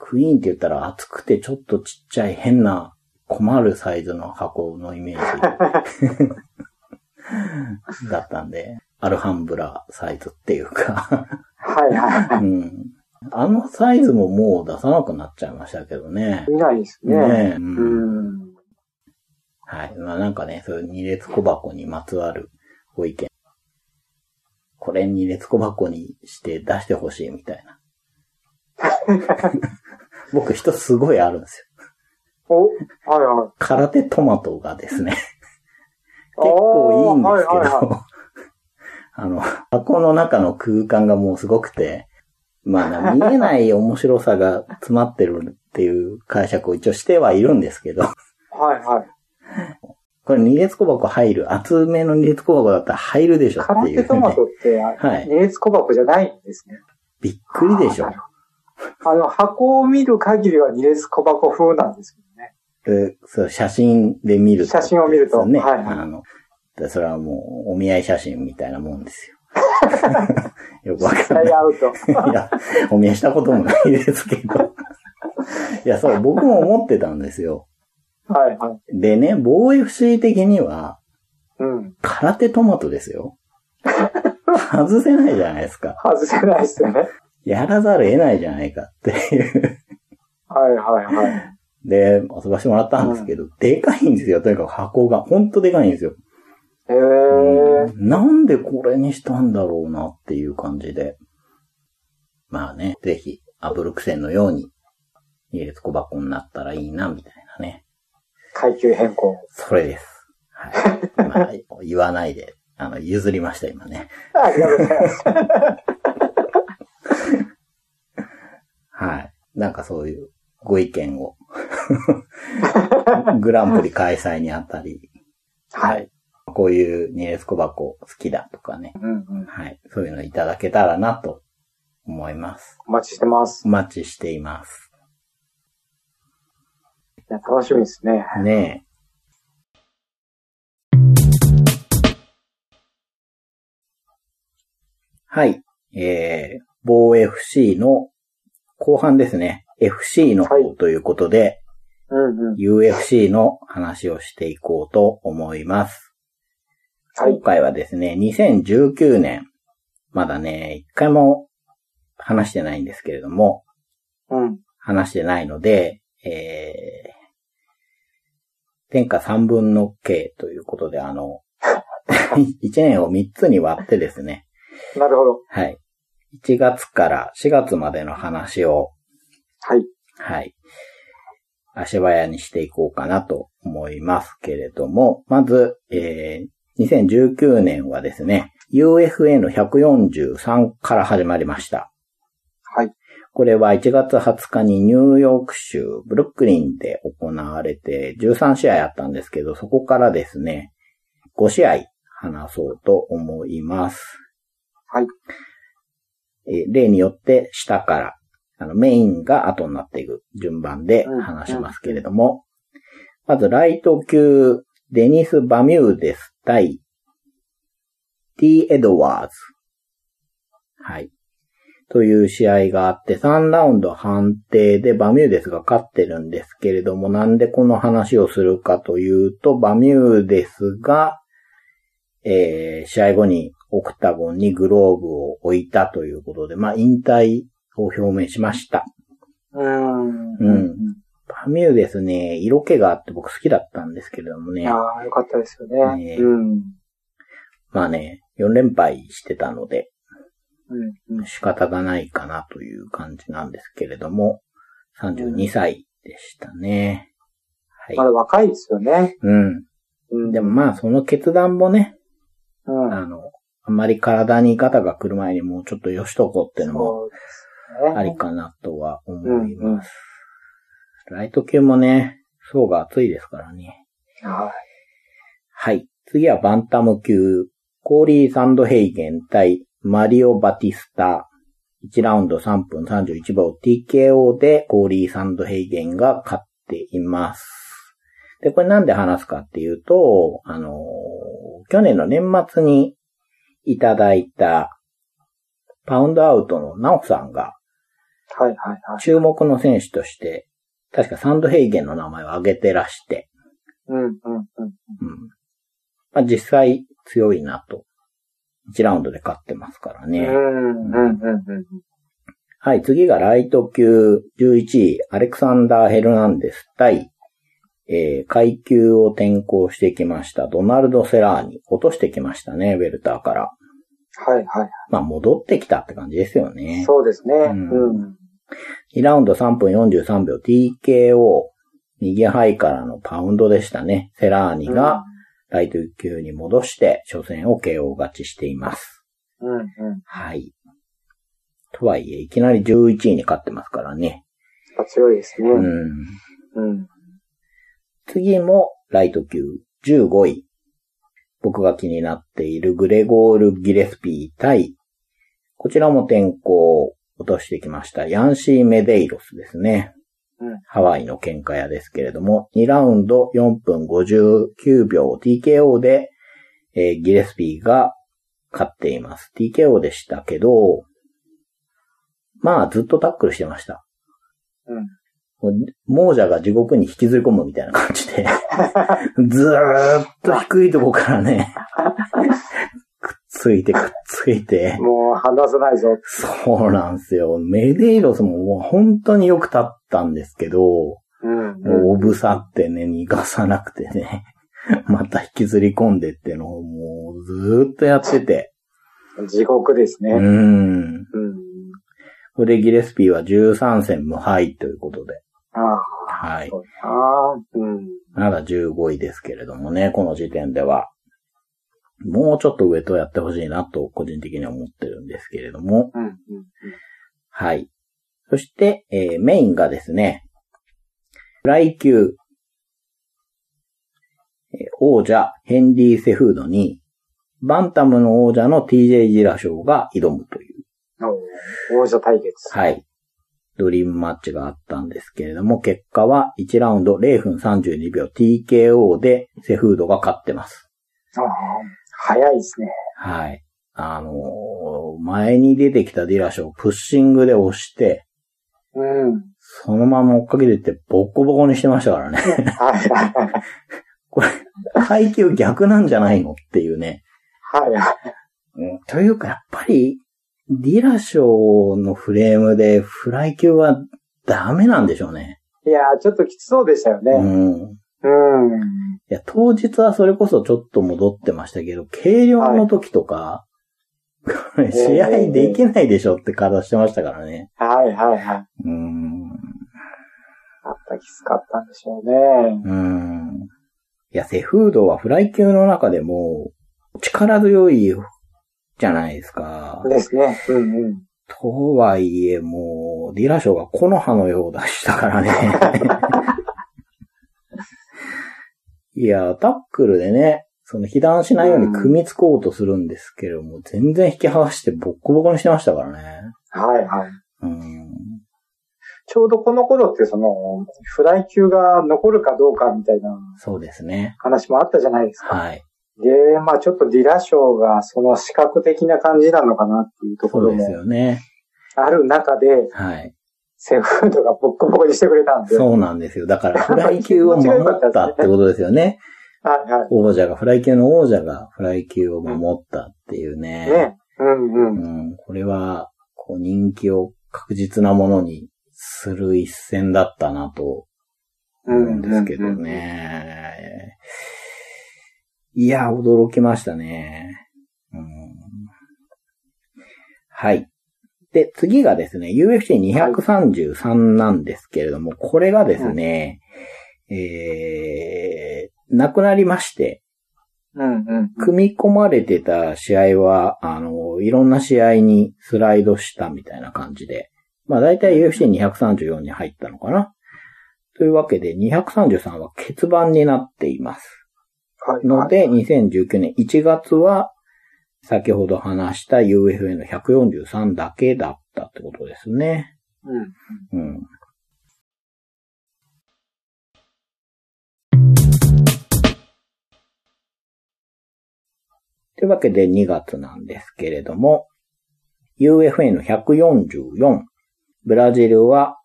S1: クイーンって言ったら厚くてちょっとちっちゃい変な困るサイズの箱のイメー ジだったんで、アルハンブラサイズっていうか、
S2: はいは
S1: うん。あのサイズももう出さなくなっちゃいましたけどね
S2: い。。見ないですね。
S1: ねえ、う。
S2: うんん。
S1: はい。まあなんかね、そういう二列小箱にまつわるご意見。これ二列小箱にして出してほしいみたいな。 僕人すごいあるんですよ。
S2: お、はいはい。
S1: 空手トマトがです ね、結
S2: お
S1: 構いいん
S2: ー
S1: ですけど、
S2: はいはいは
S1: あの、箱の中の空間がもうすごくて、まあな、見えない面白さが詰まってるっていう解釈を一応してはいるんですけど、
S2: い。は いはい。
S1: これ二列小箱入る、厚めの二列小箱だったら入るでしょっ
S2: 空
S1: ていう、
S2: 手
S1: ね。
S2: トマトって、
S1: はい
S2: 二列小箱じゃないんですね。
S1: びっくりでしょ。
S2: あの、箱を見る限りは二列小箱風なんですけ どね。
S1: えそう、写真で見ると
S2: 写真を見ると
S1: ね。
S2: はいはい
S1: あの、でそれはもう、お見合い写真みたいなもんです よ。よくわ
S2: 絶
S1: かんない
S2: 対。合うと。
S1: いや、お見合いしたこともないですけど。いや、そう、僕も思ってたんですよ。
S2: はいはい。
S1: でね、防衛不思議的には、
S2: うん。
S1: 空手トマトです よ。外せないじゃないですか。
S2: 外せないですよね。
S1: やらざるを得ないじゃないかっていう。
S2: はいはいはい。
S1: で、遊ばしてもらったんですけど、でかいんですよ。とにかく箱が。ほんとでかいんですよ。
S2: へえ。
S1: なんでこれにしたんだろうなっていう感じで。まあね、ぜひ、アブルクセンのように、入列小箱になったらいいな、みたいなね。
S2: 階級変更。
S1: それです。 はい。まあ、言わないで、あの、譲りました、今ね。
S2: ありがとうございます。
S1: はい。なんかそういうご意見 を。グランプリ開催にあたり、
S2: は。
S1: はいい。こういう二列小箱好きだとかね。
S2: うんうん。
S1: はい。そういうのいただけたらなと思います。
S2: お待ちしてます。
S1: お待ちしています。
S2: いや楽しみですね。
S1: ねえ。はい。えー、防 FC の後半ですね。FC の
S2: はい
S1: 方ということで、
S2: うんうん。
S1: UFC の話をしていこうと思います。
S2: はい
S1: 今。回はですね、2019年、まだね、一回も話してないんですけれども、
S2: うん。
S1: 話してないので、えー、天下3分の計ということで、あの、1年を3つに割ってですね、
S2: なるほど。
S1: はい。1月から4月までの話を、
S2: はい。
S1: はい。足早にしていこうかなと思いますけれども、まず、えー、2019年はですね、UFA の143から始まりました。
S2: はい。
S1: これは1月20日にニューヨーク州ブルックリンで行われて13試合あったんですけど、そこからですね、5試合話そうと思います。
S2: はい。
S1: えー例によって下から、あの、メインが後になっていく順番で話しますけれども、まずライト級、デニス・バミューデス対、T ・エドワーズ。はい。という試合があって、3ラウンド判定でバミューデスが勝ってるんですけれども、なんでこの話をするかというと、バミューデスが、えー試合後にオクタゴンにグローブを置いたということで、まあ、引退を表明しました。
S2: う
S1: う
S2: ん。
S1: んバミューですね、色気があって僕好きだったんですけれども
S2: い
S1: ね、
S2: やー、よかったですよね。
S1: ね
S2: うん。うん
S1: まあね、4連敗してたので、
S2: うん。
S1: 仕方がないかなという感じなんですけれども、32歳でしたね。は
S2: まだ
S1: い。
S2: 若いですよね。
S1: うん。
S2: うん。
S1: でもまあ、その決断もね、
S2: うん。
S1: あの、あんまり体にガタが来る前にもうちょっとよしとこうってのも
S2: そうですね。
S1: ありかなとは思います。ライト級もね、層が厚いですからね。
S2: は
S1: はい。次はバンタム級。コーリー・サンドヘイゲン対マリオ・バティスタ。1ラウンド3分31秒 TKO でコーリー・サンドヘイゲンが勝っています。で、これなんで話すかっていうと、あのー去年の年末にいただいたパウンドアウトのナオさんが
S2: い。はい、はい、はい。
S1: 注目の選手として、確かサンドヘイゲンの名前を挙げてらして、
S2: うん、うん、うん。
S1: うん。まあ、実際強いなと。1ラウンドで勝ってますから
S2: う
S1: ね。
S2: ん、うん、うん、うん。
S1: はい、次がライト級11位、アレクサンダー・ヘルナンデス対、えー階級を転向してきました、ドナルド・セラーに落としてきましたね、ウェルターから。
S2: はい、は
S1: まあ、戻ってきたって感じですよ
S2: い。
S1: ね。
S2: そうですね。うんん。
S1: 2ラウンド3分43秒 TKO、右肺からのパウンドでしたね。セラーニがライト級に戻して、初戦を KO 勝ちしています。
S2: うん、うん。やっ
S1: はい。とはいえ、いきなり11位に勝ってますからね。
S2: ぱ強いですね。
S1: う。
S2: うんん。
S1: 次も、ライト級15位。僕が気になっているグレゴール・ギレスピー対、こちらも転校を落としてきました。ヤンシー・メデイロスですね。
S2: うん
S1: ハワイの喧嘩屋ですけれども、2ラウンド4分59秒 TKO で、えーギレスピーが勝っています。TKO でしたけど、まあずっとタックルしてました。
S2: うん。
S1: もう亡者が地獄に引きずり込むみたいな感じで、ずーっと低いとこからね、くっついてくっついて、
S2: もう離さないぞ。
S1: そうなんですよ。メデイロスももう本当によく立ったんですけど、も
S2: うん、
S1: う
S2: うん。
S1: おぶさってね、逃がさなくてね、 また引きずり込んでってのをもうずーっとやってて、
S2: 地獄です
S1: う
S2: ね。
S1: ん。
S2: うん。
S1: フレ・ギレスピーは13戦無敗ということで。
S2: あ
S1: は
S2: あ、
S1: い
S2: そ。うだな。うん。
S1: まだ15位ですけれどもね、この時点では。もうちょっと上とやってほしいなと、個人的には思ってるんですけれども。
S2: うん。うん。
S1: はい。そして、えーメインがですね、フライ級、えー王者ヘンリー・セフードに、バンタムの王者の TJ ジラショーが挑むという、
S2: お王者対決。
S1: はい。ドリームマッチがあったんですけれども、結果は1ラウンド0分32秒 TKO でセフードが勝ってます。
S2: ああ、早いですね。
S1: はい。あのー前に出てきたディラショーをプッシングで押して、
S2: うん。
S1: そのまま追っかけてってボッコボコにしてましたからね。
S2: はいはい
S1: これ、階級逆なんじゃないのっていうね。
S2: はい。はい。
S1: うん、というか、やっぱり、ディラショーのフレームでフライ級はダメなんでしょうね。
S2: いやー、ちょっときつそうでしたよ
S1: う
S2: ね。
S1: ん。
S2: う
S1: い
S2: ん。
S1: や、当日はそれこそちょっと戻ってましたけど、軽量の時とか、これ 試合できないでしょって体してましたからね。
S2: はいはいはい。
S1: うん。
S2: あったきつかったんでしょうね。
S1: うん。いや、セフードはフライ級の中でも、力強いじゃないですか。
S2: ですね。うんうん。
S1: とはいえ、もう、ディラショーが木の葉のようだしたから ね。いや、タックルでね、その被弾しないように組みつこうとするんですけれども、全然引き剥がしてボッコボコにしてましたからね。
S2: はいはい。
S1: うん。
S2: ちょうどこの頃ってその、フライ級が残るかどうかみたいな
S1: そうですね。
S2: 話もあったじゃないですか。
S1: はい。
S2: で、まあちょっとディラショーがその視覚的な感じなのかなっていうとこ
S1: そう
S2: ろ
S1: で
S2: も
S1: すよね。
S2: ある中で、
S1: はい。
S2: セフードがボッコボコにしてくれたんで。
S1: そうなんですよ。だから、フライ級を守ったってことですよ ね。
S2: はいは
S1: 王者が、フライ級の王者がフライ級を守ったっていうね。
S2: い。ね。うんうん。
S1: うん、これは、こう人気を確実なものにする一戦だったなと思うんですけど
S2: うんうんうん
S1: ね。いや、驚きましたね。うんはい。で、次がですね、UFC233 なんですけれども、これがですね、えー、なくなりまして、
S2: うんうん。
S1: 組み込まれてた試合は、あの、いろんな試合にスライドしたみたいな感じで、まあ大体 UFC234 に入ったのかな。というわけで、233は欠番になっています。
S2: はい
S1: の
S2: はい。
S1: で、2019年1月は、先ほど話した UFA の143だけだったってことですね。
S2: うん。
S1: うん。というわけで2月なんですけれども、UFA の144、ブラジルは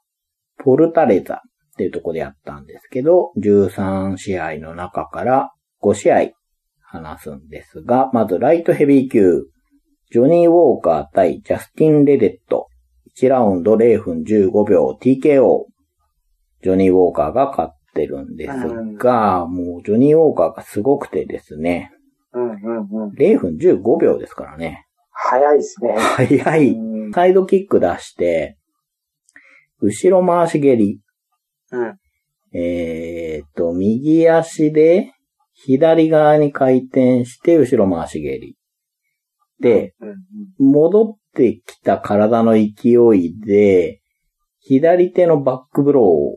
S1: ポルタレザっていうところでやったんですけど、13試合の中から5試合話すんですが、まずライトヘビー級、ジョニー・ウォーカー対ジャスティン・レデット、1ラウンド0分15秒 TKO。ジョニー・ウォーカーが勝ってるんですが、もうジョニー・ウォーカーがすごくてですね、
S2: うんうんうん。
S1: 0分15秒ですからね。
S2: 早いですね。
S1: 早
S2: う
S1: い。
S2: ん。
S1: サイドキック出して、後ろ回し蹴り。
S2: うん。
S1: えーっと、右足で左側に回転して後ろ回し蹴り。で、
S2: うんうん。
S1: 戻ってきた体の勢いで、左手のバックブロ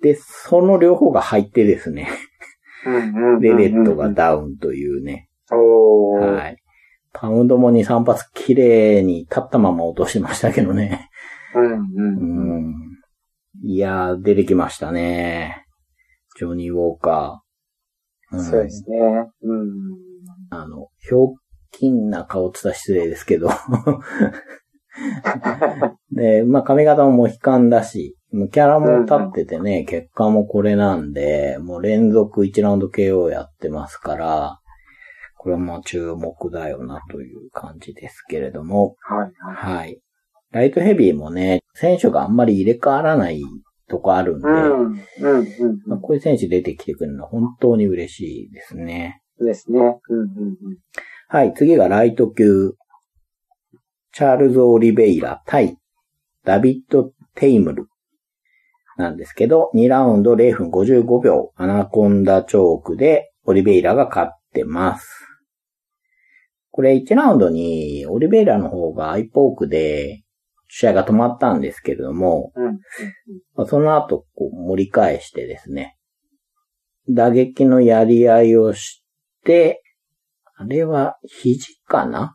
S1: ーで、その両方が入ってですね、
S2: うんうんうん。
S1: レレットが。ダウンというね。
S2: おー。
S1: はい。パウンドも2、3発綺麗に立ったまま落としてましたけどね。
S2: うん
S1: う
S2: うんうん。
S1: ん。いやー、出てきましたね。ジョニー・ウォーカー。ん
S2: そうですね。うん。
S1: あの、ひょうきんな顔って言ったら失礼です けど。で、まあ髪型もモヒカンだし、もうキャラも立っててね、結果もこれなんで、もう連続1ラウンド KO やってますから、これも注目だよなという感じですけれども、
S2: はいはい。
S1: はい。ライトヘビーもね、選手があんまり入れ替わらないとこあるんで、
S2: うん。うんうん
S1: まあこういう選手出てきてくれるのは本当に嬉しいですね。
S2: うん。ですね。うんうんうん。
S1: はい、次がライト級。チャールズ・オリベイラ対ダビッド・テイムルなんですけど、2ラウンド0分55秒、アナコンダチョークでオリベイラが勝ってます。これ1ラウンドにオリベイラの方がアイポークで試合が止まったんですけれども、
S2: うん。
S1: まあその後こう盛り返してですね、打撃のやり合いをして、あれは肘かな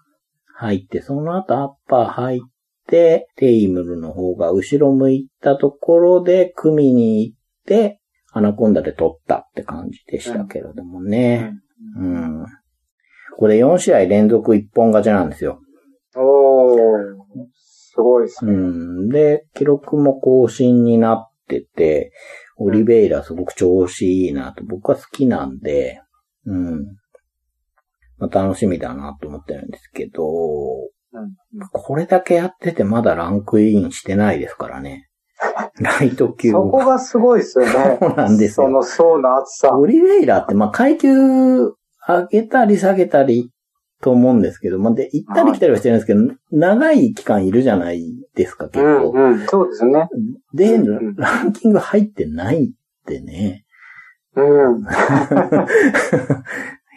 S1: 入って、その後アッパー入って、テイムルの方が後ろ向いたところで組みに行って、アナコンダで取ったって感じでしたけれどもね。うん。これ4試合連続一本勝ちなんですよ。
S2: おー、すごいです
S1: う
S2: ね。
S1: ん。で、記録も更新になってて、オリベイラすごく調子いいなと僕は好きなんで、うん。まあ、楽しみだなと思ってるんですけど、
S2: うん
S1: これだけやっててまだランクインしてないですからね。 ライト級。
S2: そこがすごいですよね。
S1: そうなんですよ
S2: その層の厚さ。
S1: オリベイラって、まあ、階級上げたり下げたりと思うんですけど、まあ、で、行ったり来たりはしてるんですけど、長い期間いるじゃないですか、結
S2: う
S1: 構。
S2: ん、うん。そうですね。
S1: で、
S2: うん
S1: ランキング入ってないってね。
S2: うん。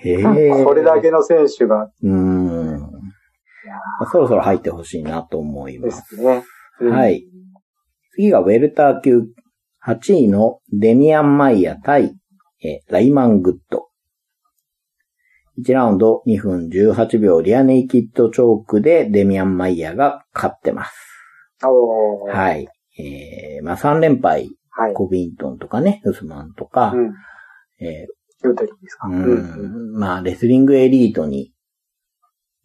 S1: へ え。
S2: これだ。けの選手が
S1: うん。そろそろ入ってほしいなと思い
S2: で
S1: ます。
S2: すね。うん
S1: はい。次がウェルター級8位のデミアン・マイヤ対えーライマン・グッド。1ラウンド2分18秒リアネイキッドチョークでデミアン・マイヤが勝ってます。
S2: おー。い。
S1: はい。えー、まあ3連敗、
S2: はい。
S1: コビントンとかね、ウスマンとか、
S2: うん。
S1: えー
S2: 言うといいですか。
S1: うんまあ、レスリングエリートに、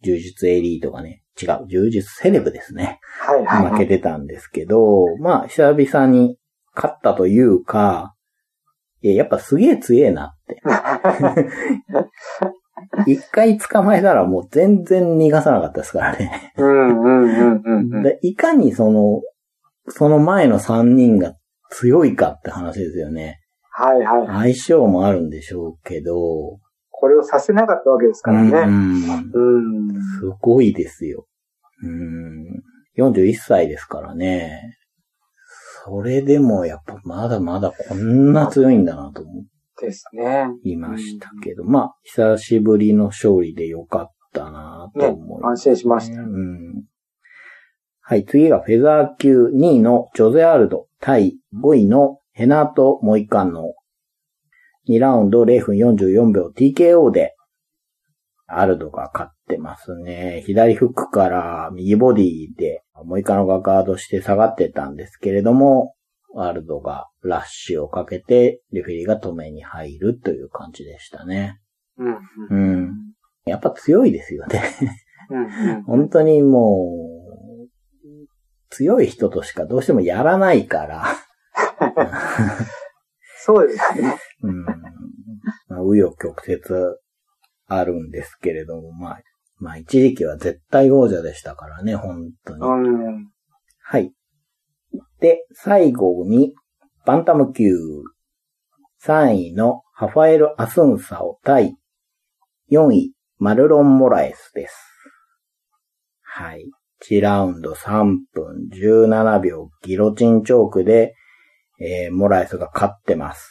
S1: 柔術エリートがね、違う、柔術セレブですね。
S2: はいはい
S1: 負
S2: は
S1: け
S2: い。
S1: てたんですけど、まあ、久々に勝ったというか、いや、やっぱすげえ強えなって。一回捕まえたらもう全然逃がさなかったですからね。
S2: うんうんうんうんうん。
S1: でいかにその、その前の3人が強いかって話ですよね。
S2: はいはい。
S1: 相性もあるんでしょうけど、
S2: これをさせなかったわけですから
S1: う
S2: ね。
S1: ん、
S2: うん。
S1: すごいですよ。うーん。41歳ですからね。それでもやっぱまだまだこんな強いんだなと思
S2: ですね。
S1: いましたけど、まあ、久しぶりの勝利でよかったなと思いま
S2: 安
S1: す、
S2: 心しました。
S1: うん。はい、次がフェザー級2位のジョゼアルド対5位のヘナート・モイカンの2ラウンド0分44秒 TKO でアルドが勝ってますね。左フックから右ボディでモイカノがガードして下がってたんですけれども、アルドがラッシュをかけてレフェリーが止めに入るという感じでしたね。
S2: うんうん
S1: うん。やっぱ強いですよね。
S2: うんうん。
S1: 本当にもう、強い人としかどうしてもやらないから、
S2: そうですね。
S1: うん。まあ、紆余曲折あるんですけれども、まあ、まあ一時期は絶対王者でしたからね、本当に。
S2: うん。
S1: はい。で、最後に、バンタム級、3位のハファエル・アスンサオ対、4位、マルロン・モラエスです。はい。1ラウンド3分17秒、ギロチンチョークで、えーモラエスが勝ってます。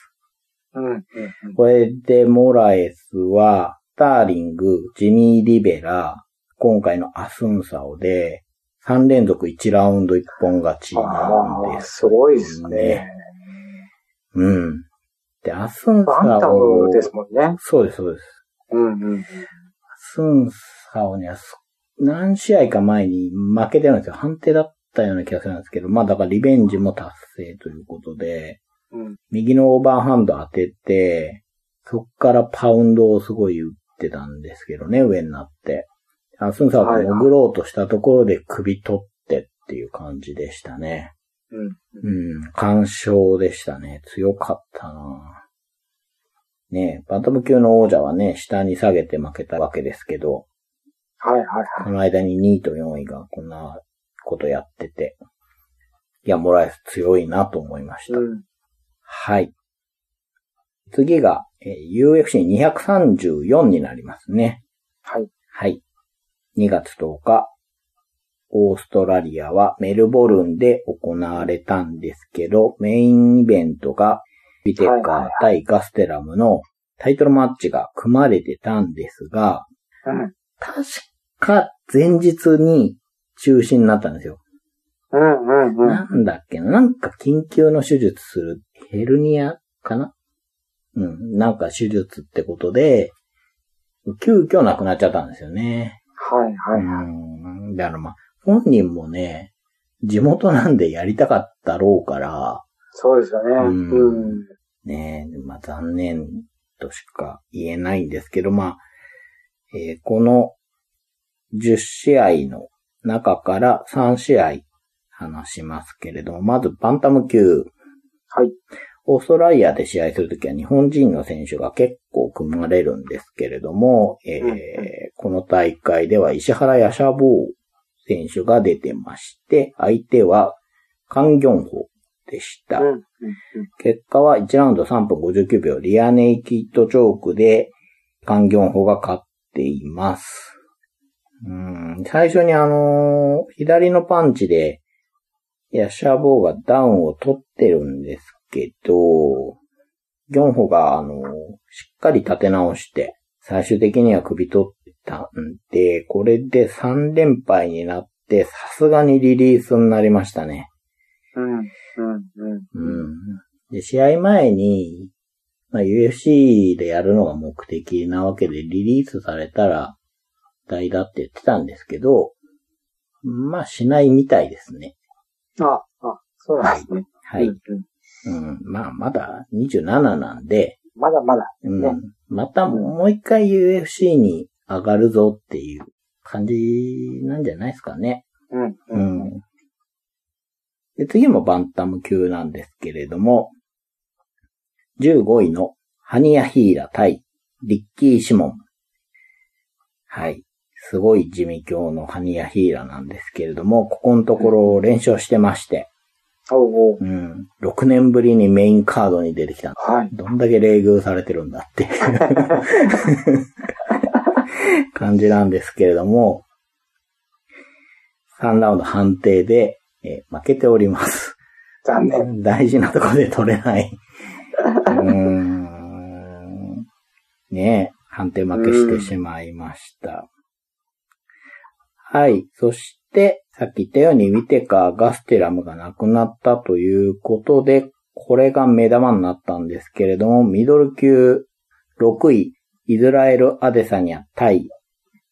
S2: うんうんうん
S1: これでモラエスは、スターリング、ジミー・リベラ、今回のアスンサオで、3連続1ラウンド1本勝ちなん
S2: あ
S1: で
S2: あ、
S1: す。
S2: すごいですね。。
S1: うん。で、アスンサ
S2: バンタ
S1: オ
S2: ムで。すもんね。
S1: そうです、そうです。
S2: うんうん。
S1: アスンサオにはす何試合か前に負けてるんですよ。判定だったような気がするんですけど、まあだからリベンジも達成ということで、
S2: うん
S1: 右のオーバーハンド当てて、そっからパウンドをすごい打ってたんですけどね、上になって。アスンサーが潜ろうとしたところで首取ってっていう感じでしたね。
S2: うん
S1: うん、干渉でしたね。強かったなねえ、バンタム級の王者はね、下に下げて負けたわけですけど、
S2: はいはいは
S1: この間に2位と4位がこんなことやってて、いや、モラエス強いなと思いまし
S2: い。
S1: た。
S2: うん
S1: はい。次が、えー UFC234 になりますね。
S2: はい。
S1: はい。2月10日、オーストラリアはメルボルンで行われたんですけど、メインイベントがビテッカー対ガステラムのタイトルマッチが組まれてたんですが、
S2: うん。
S1: 確か前日に中止になったんですよ。
S2: うんうんうん。
S1: なんだっけななんか緊急の手術する。ヘルニアかなうん。なんか手術ってことで、急遽亡くなっちゃったんですよね。
S2: はいはい。
S1: うん。だからまあ、本人もね、地元なんでやりたかったろうから、
S2: そうですよね。
S1: うん
S2: うん。
S1: ねえ、まあ残念としか言えないんですけど、まあ、えーこの10試合の中から3試合話しますけれども、まずバンタム級、
S2: はい。
S1: オーストラリアで試合するときは日本人の選手が結構組まれるんですけれども、えー
S2: うんうん
S1: この大会では石原ヤシャボー選手が出てまして、相手はカンギョンホでした。
S2: うん。うん
S1: 結果は1ラウンド3分59秒、リアネイキッドチョークで、カンギョンホが勝っています。うん、最初にあのー左のパンチで、ヤシャボーがダウンを取ってるんですけど、ギョンホがあのーしっかり立て直して、最終的には首取ったんで、これで3連敗になって、さすがにリリースになりましたね。
S2: うん。うん。うん。
S1: うん。で、試合前に、まあ、UFC でやるのが目的なわけで、リリースされたら、大だって言ってたんですけど、まあ、しないみたいですね。
S2: あ、あ、そうなんですね。
S1: はい。
S2: うんうん
S1: うん。まあ、まだ27なんで、
S2: まだまだ。
S1: う
S2: ね
S1: ん。またもう一回 UFC に上がるぞっていう感じなんじゃないですかね。
S2: うん。
S1: う
S2: うん。
S1: ん。で、次もバンタム級なんですけれども、15位のハニヤヒーラ対リッキー・シモン。はい。すごい地味教のハニヤヒーラなんですけれども、ここのところ連勝してまして、
S2: おうおう
S1: うん。6年ぶりにメインカードに出てきた。
S2: はい。
S1: どんだけ冷遇されてるんだ って感じなんですけれども、3ラウンド判定で、えー負けております。
S2: 残念。
S1: 大事なとこで取れ ない。うーん。ねえ、判定負けしてしまいました。はい。そして、さっき言ったように、ウィテカー、ガステラムがなくなったということで、これが目玉になったんですけれども、ミドル級6位、イズラエル・アデサニャ対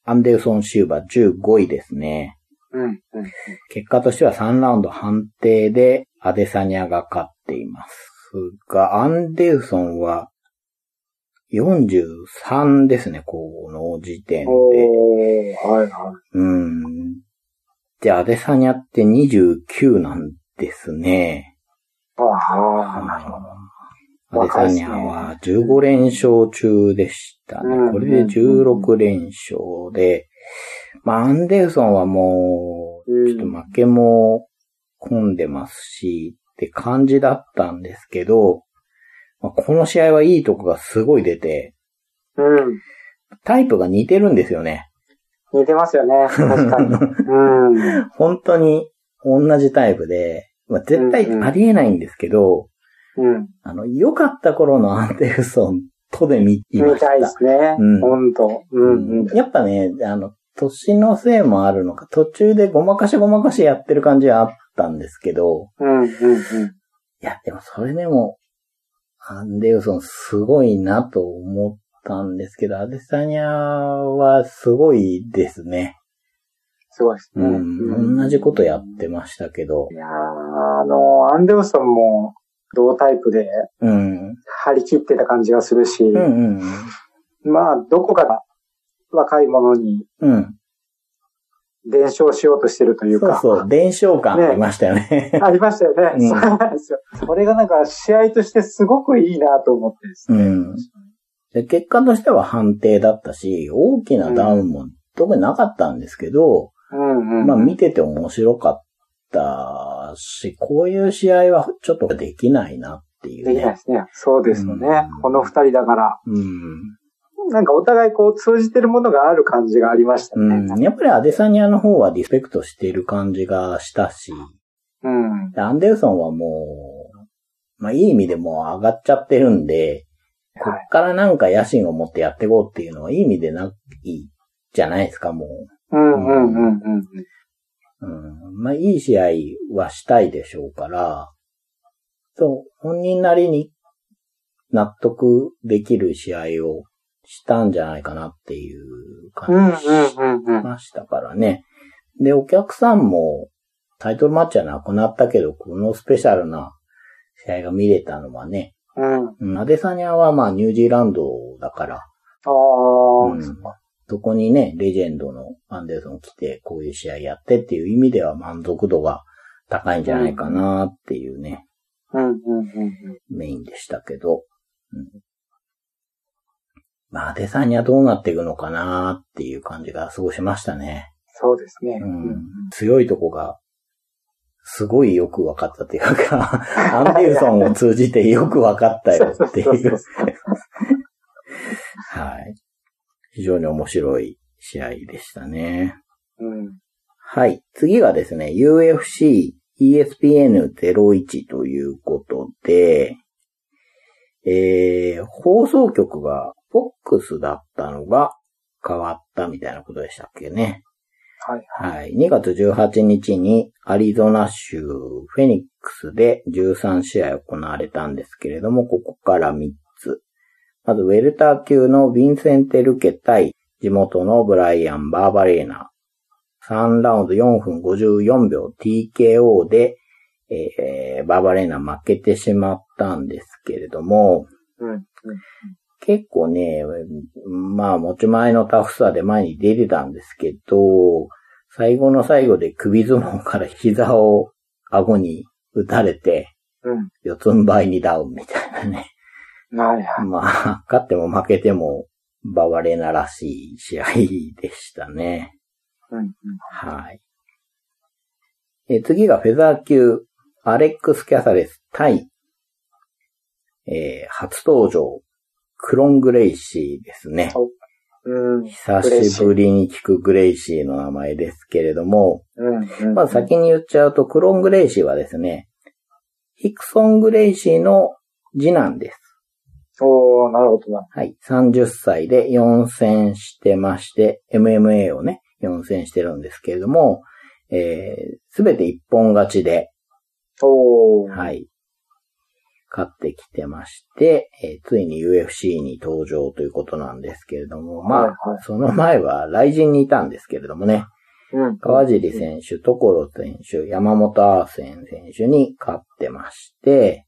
S1: アンデルソン・シューバー15位ですね。
S2: うん。うん。
S1: 結果としては3ラウンド判定でアデサニャが勝っていますが、アンデウソンは43ですね、この時点で。
S2: おーはいは
S1: うん。で、アデサニャって29なんですね。
S2: い。ああ、なるほど。
S1: アデサニャは15連勝中でした
S2: うん
S1: ね。これで16連勝で、まあ、アンデルソンはもう、ちょっと負けも混んでますし、って感じだったんですけど、まあ、この試合はいいとこがすごい出て、
S2: うん。
S1: タイプが似てるんですよね。
S2: 似てますよね。確かに。うん。うん。
S1: 本当に同じタイプで、まあ、絶対ありえないんですけど、あの、良かった頃のアンデルソンとで見いま
S2: 見
S1: した
S2: いで
S1: た。
S2: すね。
S1: うん
S2: ほんと。うん。うん。
S1: やっぱね、あの、年のせいもあるのか、途中でごまかしごまかしやってる感じはあったんですけど、
S2: うん。うん。
S1: いや、でもそれでも、アンデルソンすごいなと思ったんですけど、アデサニャはすごいですね。
S2: すごいですね。
S1: うん、同じことやってましたけど
S2: い、やーあの、アンデルソンも同タイプで
S1: うん、うん
S2: 張り切ってた感じがするし、
S1: うん、
S2: まあ、どこか若い者に
S1: うん。
S2: 伝承しようとしてるという
S1: そう
S2: か、
S1: そう、伝承感ありましたよね。
S2: ありましたよね。
S1: うん
S2: そうなんですよ。それがなんか試合としてすごくいいなと思ってですね。
S1: うん で結果としては判定だったし、大きなダウンも特になかったんですけど、
S2: うんうん。
S1: まあ見てて面白かったし、こういう試合はちょっとできないなっていう
S2: できない
S1: ね
S2: で。すね。そうですよね
S1: うん。
S2: この二人だから、
S1: うん。
S2: なんかお互いこう通じてるものがある感じがありましたね。
S1: うん。やっぱりアデサニアの方はリスペクトしている感じがしたし、
S2: うん。
S1: でアンデルソンはもう、まあいい意味でもう上がっちゃってるんで、こ
S2: はい。
S1: っからなんか野心を持ってやっていこうっていうのはいい意味でないじゃないですか、も
S2: うんうんうんうん。
S1: う。うん。まあいい試合はしたいでしょうから、そう、本人なりに納得できる試合をしたんじゃないかなっていう
S2: うんうん
S1: 感じ
S2: うんうん。
S1: ましたからね。で、お客さんもタイトルマッチはなくなったけど、このスペシャルな試合が見れたのはね、
S2: うん。
S1: うん、アデサニアはまあニュージーランドだから、
S2: ああ、
S1: うんそこにね、レジェンドのアンデルソン来て、こういう試合やってっていう意味では満足度が高いんじゃないかなっていうね、
S2: うんうんうん
S1: メインでしたけど。うん、まあ、アデサニアどうなっていくのかなっていう感じが過ごしましたね。
S2: そうですね。
S1: うん、強いとこが、すごいよく分かったっていう か、アンデルソンを通じてよく分かったよってい
S2: そうそう
S1: う。
S2: そう
S1: はい。非常に面白い試合でしたね。
S2: うん
S1: はい。次がですね、UFC ESPN01 ということで、えー、放送局が FOX だったのが変わったみたいなことでしたっけね。
S2: はい。
S1: はい。2月18日にアリゾナ州フェニックスで13試合行われたんですけれども、ここから3つ。まず、ウェルター級のヴィンセンテ・ルケ対地元のブライアン・バーバレーナ。3ラウンド4分54秒 TKO で、えーバーバレーナ負けてしまったんですけれども、
S2: うんうん
S1: 結構ね、まあ持ち前のタフさで前に出てたんですけど、最後の最後で首相撲から膝を顎に打たれて、
S2: う
S1: 四つん這いにダウンみたいなね。
S2: ん。はいはい。
S1: まあ、勝っても負けても、バワレナらしい試合でしたね。
S2: うんうん
S1: はい。え次がフェザー級、アレックス・キャサレス対、えー初登場、クロン・グレイシーですね。
S2: うん。
S1: 久しぶりに聞くグレイシーの名前ですけれども、
S2: うんうん。
S1: まず先に言っちゃうと、クロン・グレイシーはですね、ヒクソン・グレイシーの次男です。
S2: おー、なるほどな。
S1: はい。30歳で4戦してまして、MMA をね、4戦してるんですけれども、えすべて一本勝ちで、
S2: おー。
S1: はい。勝ってきてまして、えーついに UFC に登場ということなんですけれども、まあ、
S2: はいはい
S1: その前は雷神にいたんですけれどもね、
S2: うん。
S1: 川尻選手、所選手、山本アーセン選手に勝ってまして、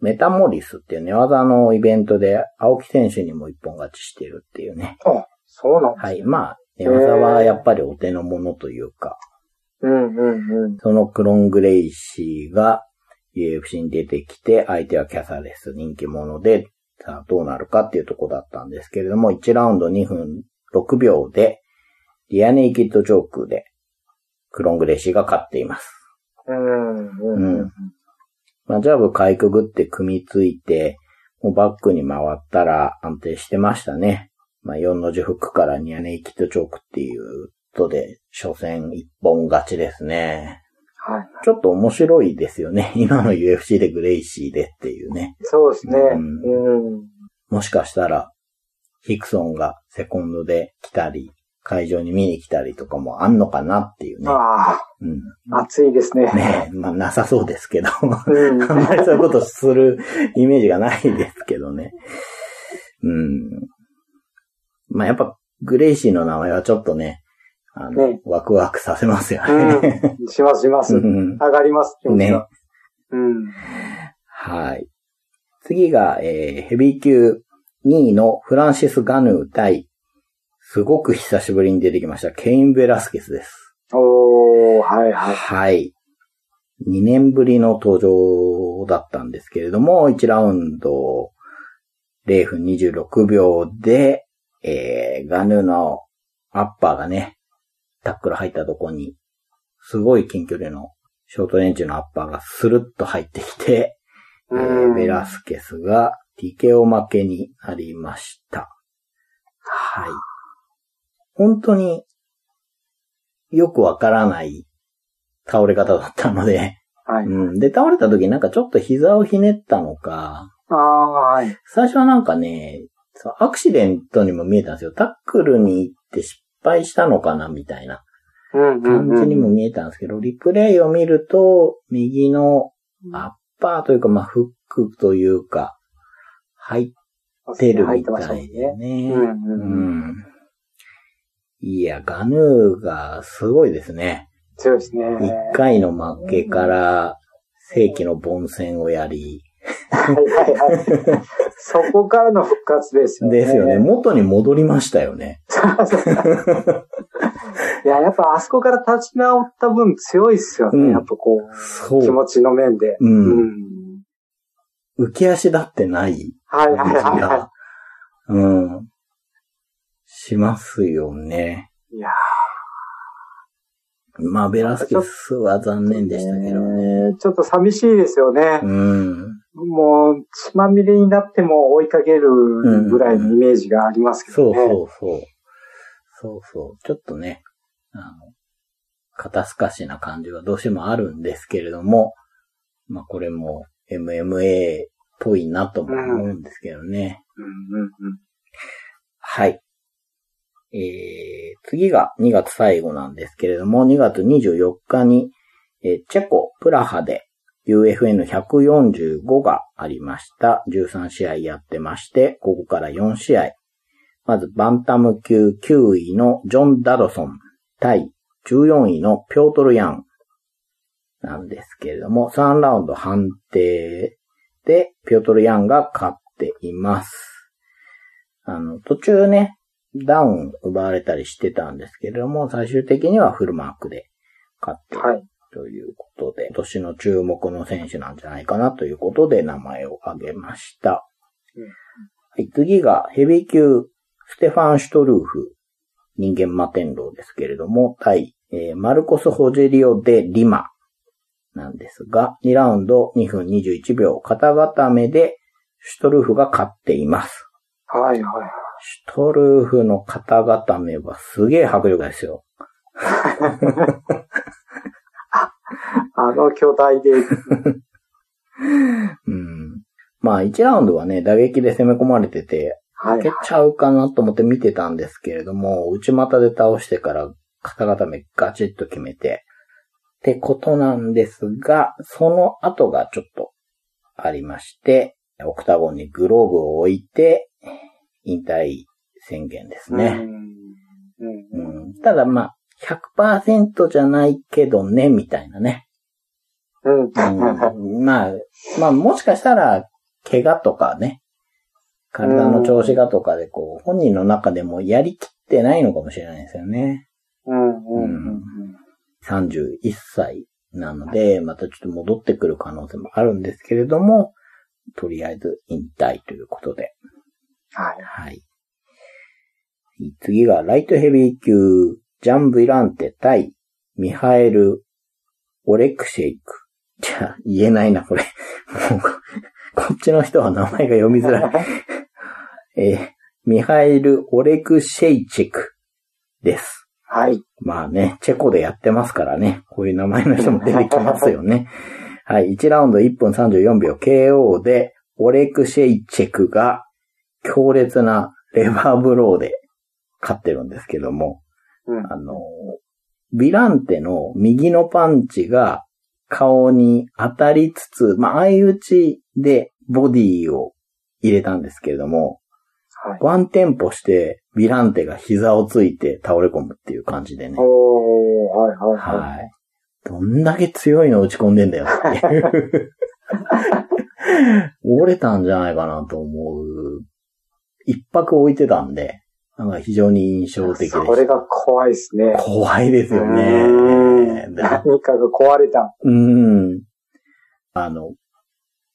S1: メタモリスっていう寝技のイベントで青木選手にも一本勝ちしてるっていうね。
S2: あ、そうなん
S1: はい。まあ、寝技はやっぱりお手の物というか、
S2: うんうんうん。
S1: そのクロン・グレイシーが UFC に出てきて、相手はキャサレス人気者で、さあどうなるかっていうとこだったんですけれども、1ラウンド2分6秒で、リアネイキッドジョークで、クロン・グレイシーが勝っています。
S2: うんう
S1: う
S2: んうんん。
S1: まあ、ジャブかいくぐって組みついて、もうバックに回ったら安定してましたね。まあ、4の字フックからニアネイキッドチョークっていうことで、初戦一本勝ちですね。
S2: はい。
S1: ちょっと面白いですよね。 今の UFC でグレイシーでっていうね。
S2: そうですね。
S1: う
S2: うんん。
S1: もしかしたら、ヒクソンがセコンドで来たり、会場に見に来たりとかもあんのかなっていうね。
S2: あ
S1: うん。
S2: あ、暑いですね。
S1: ねえ、まあなさそうですけど。
S2: う ん。
S1: あんまりそういうことするイメージがないですけどね。うん。まあ、やっぱ、グレイシーの名前はちょっとね、あの、
S2: ね
S1: ワクワクさせますよね。
S2: うん。しますします。
S1: う
S2: 上
S1: ん
S2: がります。気持ち
S1: ね
S2: が。。うん。
S1: はい。次が、えーヘビー級2位のフランシス・ガヌー対、すごく久しぶりに出てきました、ケイン・ベラスケスです。
S2: おー、はいはい。
S1: はい。2年ぶりの登場だったんですけれども、1ラウンド0分26秒で、えー、ガヌのアッパーがね、タックル入ったとこに、すごい近距離のショートレンジのアッパーがスルッと入ってきて、えー
S2: うん
S1: ベラスケスが TKO 負けになりました。本当によくわからない倒れ方だったので、。
S2: はいう
S1: ん。で、倒れた時なんかちょっと膝をひねったのか、
S2: ああ、はい。
S1: 最初はなんかね、そうアクシデントにも見えたんですよ。タックルに行って失敗したのかなみたいな
S2: うんうん、
S1: 感
S2: うん。
S1: じにも見えたんですけど、リプレイを見ると、右のアッパーというか、まあ、フックというか、入っ
S2: 入
S1: て
S2: って
S1: る
S2: 入っ
S1: み
S2: てました
S1: た
S2: もん
S1: いで
S2: ね。
S1: ね。
S2: うんうんうん。
S1: うんいや、ガヌーがすごいですね。
S2: 強いですね。
S1: 一回の負けから、正規の凡戦をやり、
S2: はいはいはい。そこからの復活ですよね。
S1: ですよね。。元に戻りましたよね。
S2: いや、やっぱあそこから立ち直った分強いっすよね。
S1: うん
S2: やっぱこ、
S1: そう
S2: 気
S1: う。
S2: 持ちの面で。
S1: う。
S2: うんん。
S1: 浮き足立ってない
S2: はいはい
S1: 感じ
S2: はい
S1: が
S2: は、
S1: うん。しますよね。
S2: い。いや
S1: まあ、ベラスケスは残念でしたけどね。
S2: ーちょっと寂しいですよね。
S1: うん。
S2: もう、血まみれになっても追いかけるぐらいのイメージがありますけ
S1: そ
S2: ど
S1: う
S2: ね。
S1: そうそう。そうそう。ちょっとね、あの、肩透かしな感じはどうしてもあるんですけれども、まあこれも MMA っぽいなとも思うんですけどね。
S2: うんうんうん
S1: はい。えー、次が2月最後なんですけれども、2月24日に、えーチェコ、プラハで UFN145 がありました。13試合やってまして、ここから4試合。まず、バンタム級9位のジョン・ダドソン対14位のピョートル・ヤンなんですけれども、3ラウンド判定で、ピョートル・ヤンが勝っています。あの、途中ね、ダウン奪われたりしてたんですけれども、最終的にはフルマークで勝ってい
S2: はい。
S1: ということで、今年の注目の選手なんじゃないかなということで名前を挙げました。
S2: うん
S1: はい、次がヘビー級、ステファン・シュトルーフ、人間摩天楼ですけれども、対、えーマルコス・ホジェリオ・デ・リマなんですが、2ラウンド2分21秒、肩固めでシュトルーフが勝っています。
S2: はいはい。
S1: シュトルーフの肩固めはすげえ迫力ですよ。
S2: あの巨大で、
S1: うん。まあ1ラウンドはね、打撃で攻め込まれてて、
S2: はい。
S1: 負けちゃうかなと思って見てたんですけれども、内股で倒してから肩固めガチッと決めて、ってことなんですが、その後がちょっとありまして、オクタゴンにグローブを置いて、引退宣言ですね。
S2: うん。うん
S1: う。ん、ただまあ、100%じゃないけどね、みたいなね。
S2: うん。
S1: うんまあ、まあもしかしたら、怪我とかね、体の調子がとかで、こう、本人の中でもやりきってないのかもしれないですよね。
S2: うん。うん。
S1: 31歳なので、またちょっと戻ってくる可能性もあるんですけれども、とりあえず引退ということで。
S2: はい。
S1: はい。次が、ライトヘビー級、ジャン・ヴィランテ対、ミハエル・オレクシェイク。じゃあ、言えないな、これ。もうここっちの人は名前が読みづらい。 えーミハエル・オレクシェイチェクです。
S2: はい。
S1: まあね、チェコでやってますからね、こういう名前の人も出てきますよね。 はい、1ラウンド1分34秒 KO で、オレクシェイチェクが強烈なレバーブローで勝ってるんですけども、
S2: うん。
S1: あの、ヴィランテの右のパンチが顔に当たりつつ、まあ、相打ちでボディを入れたんですけれども、
S2: はい。
S1: ワンテンポして、ヴィランテが膝をついて倒れ込むっていう感じでね。
S2: おー、はいはいはい。
S1: はい。どんだけ強いの打ち込んでんだよっていう。折れたんじゃないかなと思う。一泊置いてたんで、なんか非常に印象的で
S2: それ
S1: した。
S2: が怖いですね。
S1: 怖いですよ
S2: う
S1: ね
S2: ん。
S1: であ
S2: 何かが壊れた。
S1: うん。あの、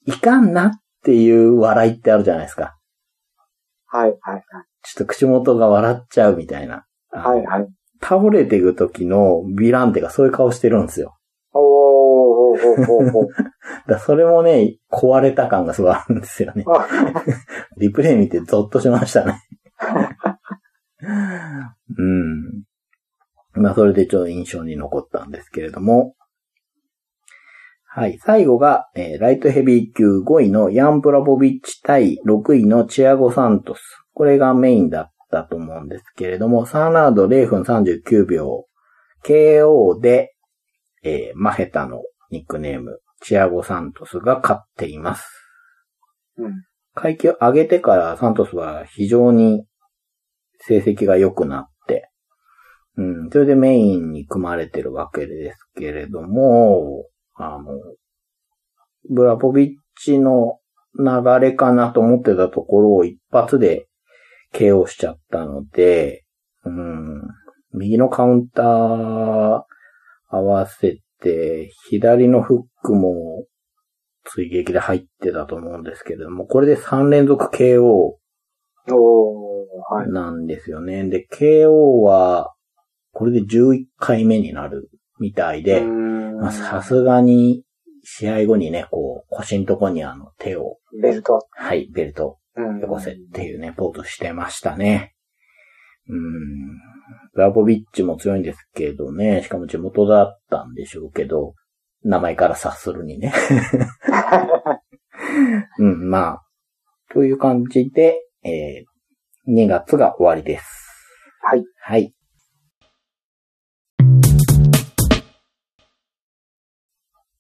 S1: いかんなっていう笑いってあるじゃないですか。
S2: はいはい
S1: ちょっと口元が笑っちゃうみたいな。あの
S2: はい。はいはい。
S1: 倒れていく時のヴィランテがそういう顔してるんですよ。
S2: おー、ほうほう ほうほう。
S1: だからそれもね、壊れた感がすごいあるんですよね。
S2: あ
S1: リプレイ見てゾッとしましたね。うん。まあ、それでちょっと印象に残ったんですけれども。はい。最後が、えーライトヘビー級5位のヤン・ブラボビッチ対6位のチアゴ・サントス。これがメインだったと思うんですけれども、3ラウンド0分39秒、KO で、えーマヘタのニックネーム、チアゴ・サントスが勝っています。
S2: うん。
S1: 階級上げてからサントスは非常に成績が良くなって、うん、それでメインに組まれてるわけですけれども、あの、ブラポビッチの流れかなと思ってたところを一発で KO しちゃったので、うん、右のカウンター合わせて、左のフックも追撃で入ってたと思うんですけれども、これで3連続 KO
S2: おー、はい。
S1: なんですよね。で、KO は、これで11回目になるみたいで、まあ
S2: で
S1: さすがに、試合後にね、こう、腰のとこにあの手を、
S2: ベルト。
S1: はい、ベルト
S2: うん
S1: よこせっていうね、ポーズしてましたね。うん。ブラボビッチも強いんですけどね、しかも地元だったんでしょうけど、名前から察するに ね。うん、まあ、という感じで、えー2月が終わりです。
S2: はい。
S1: はい。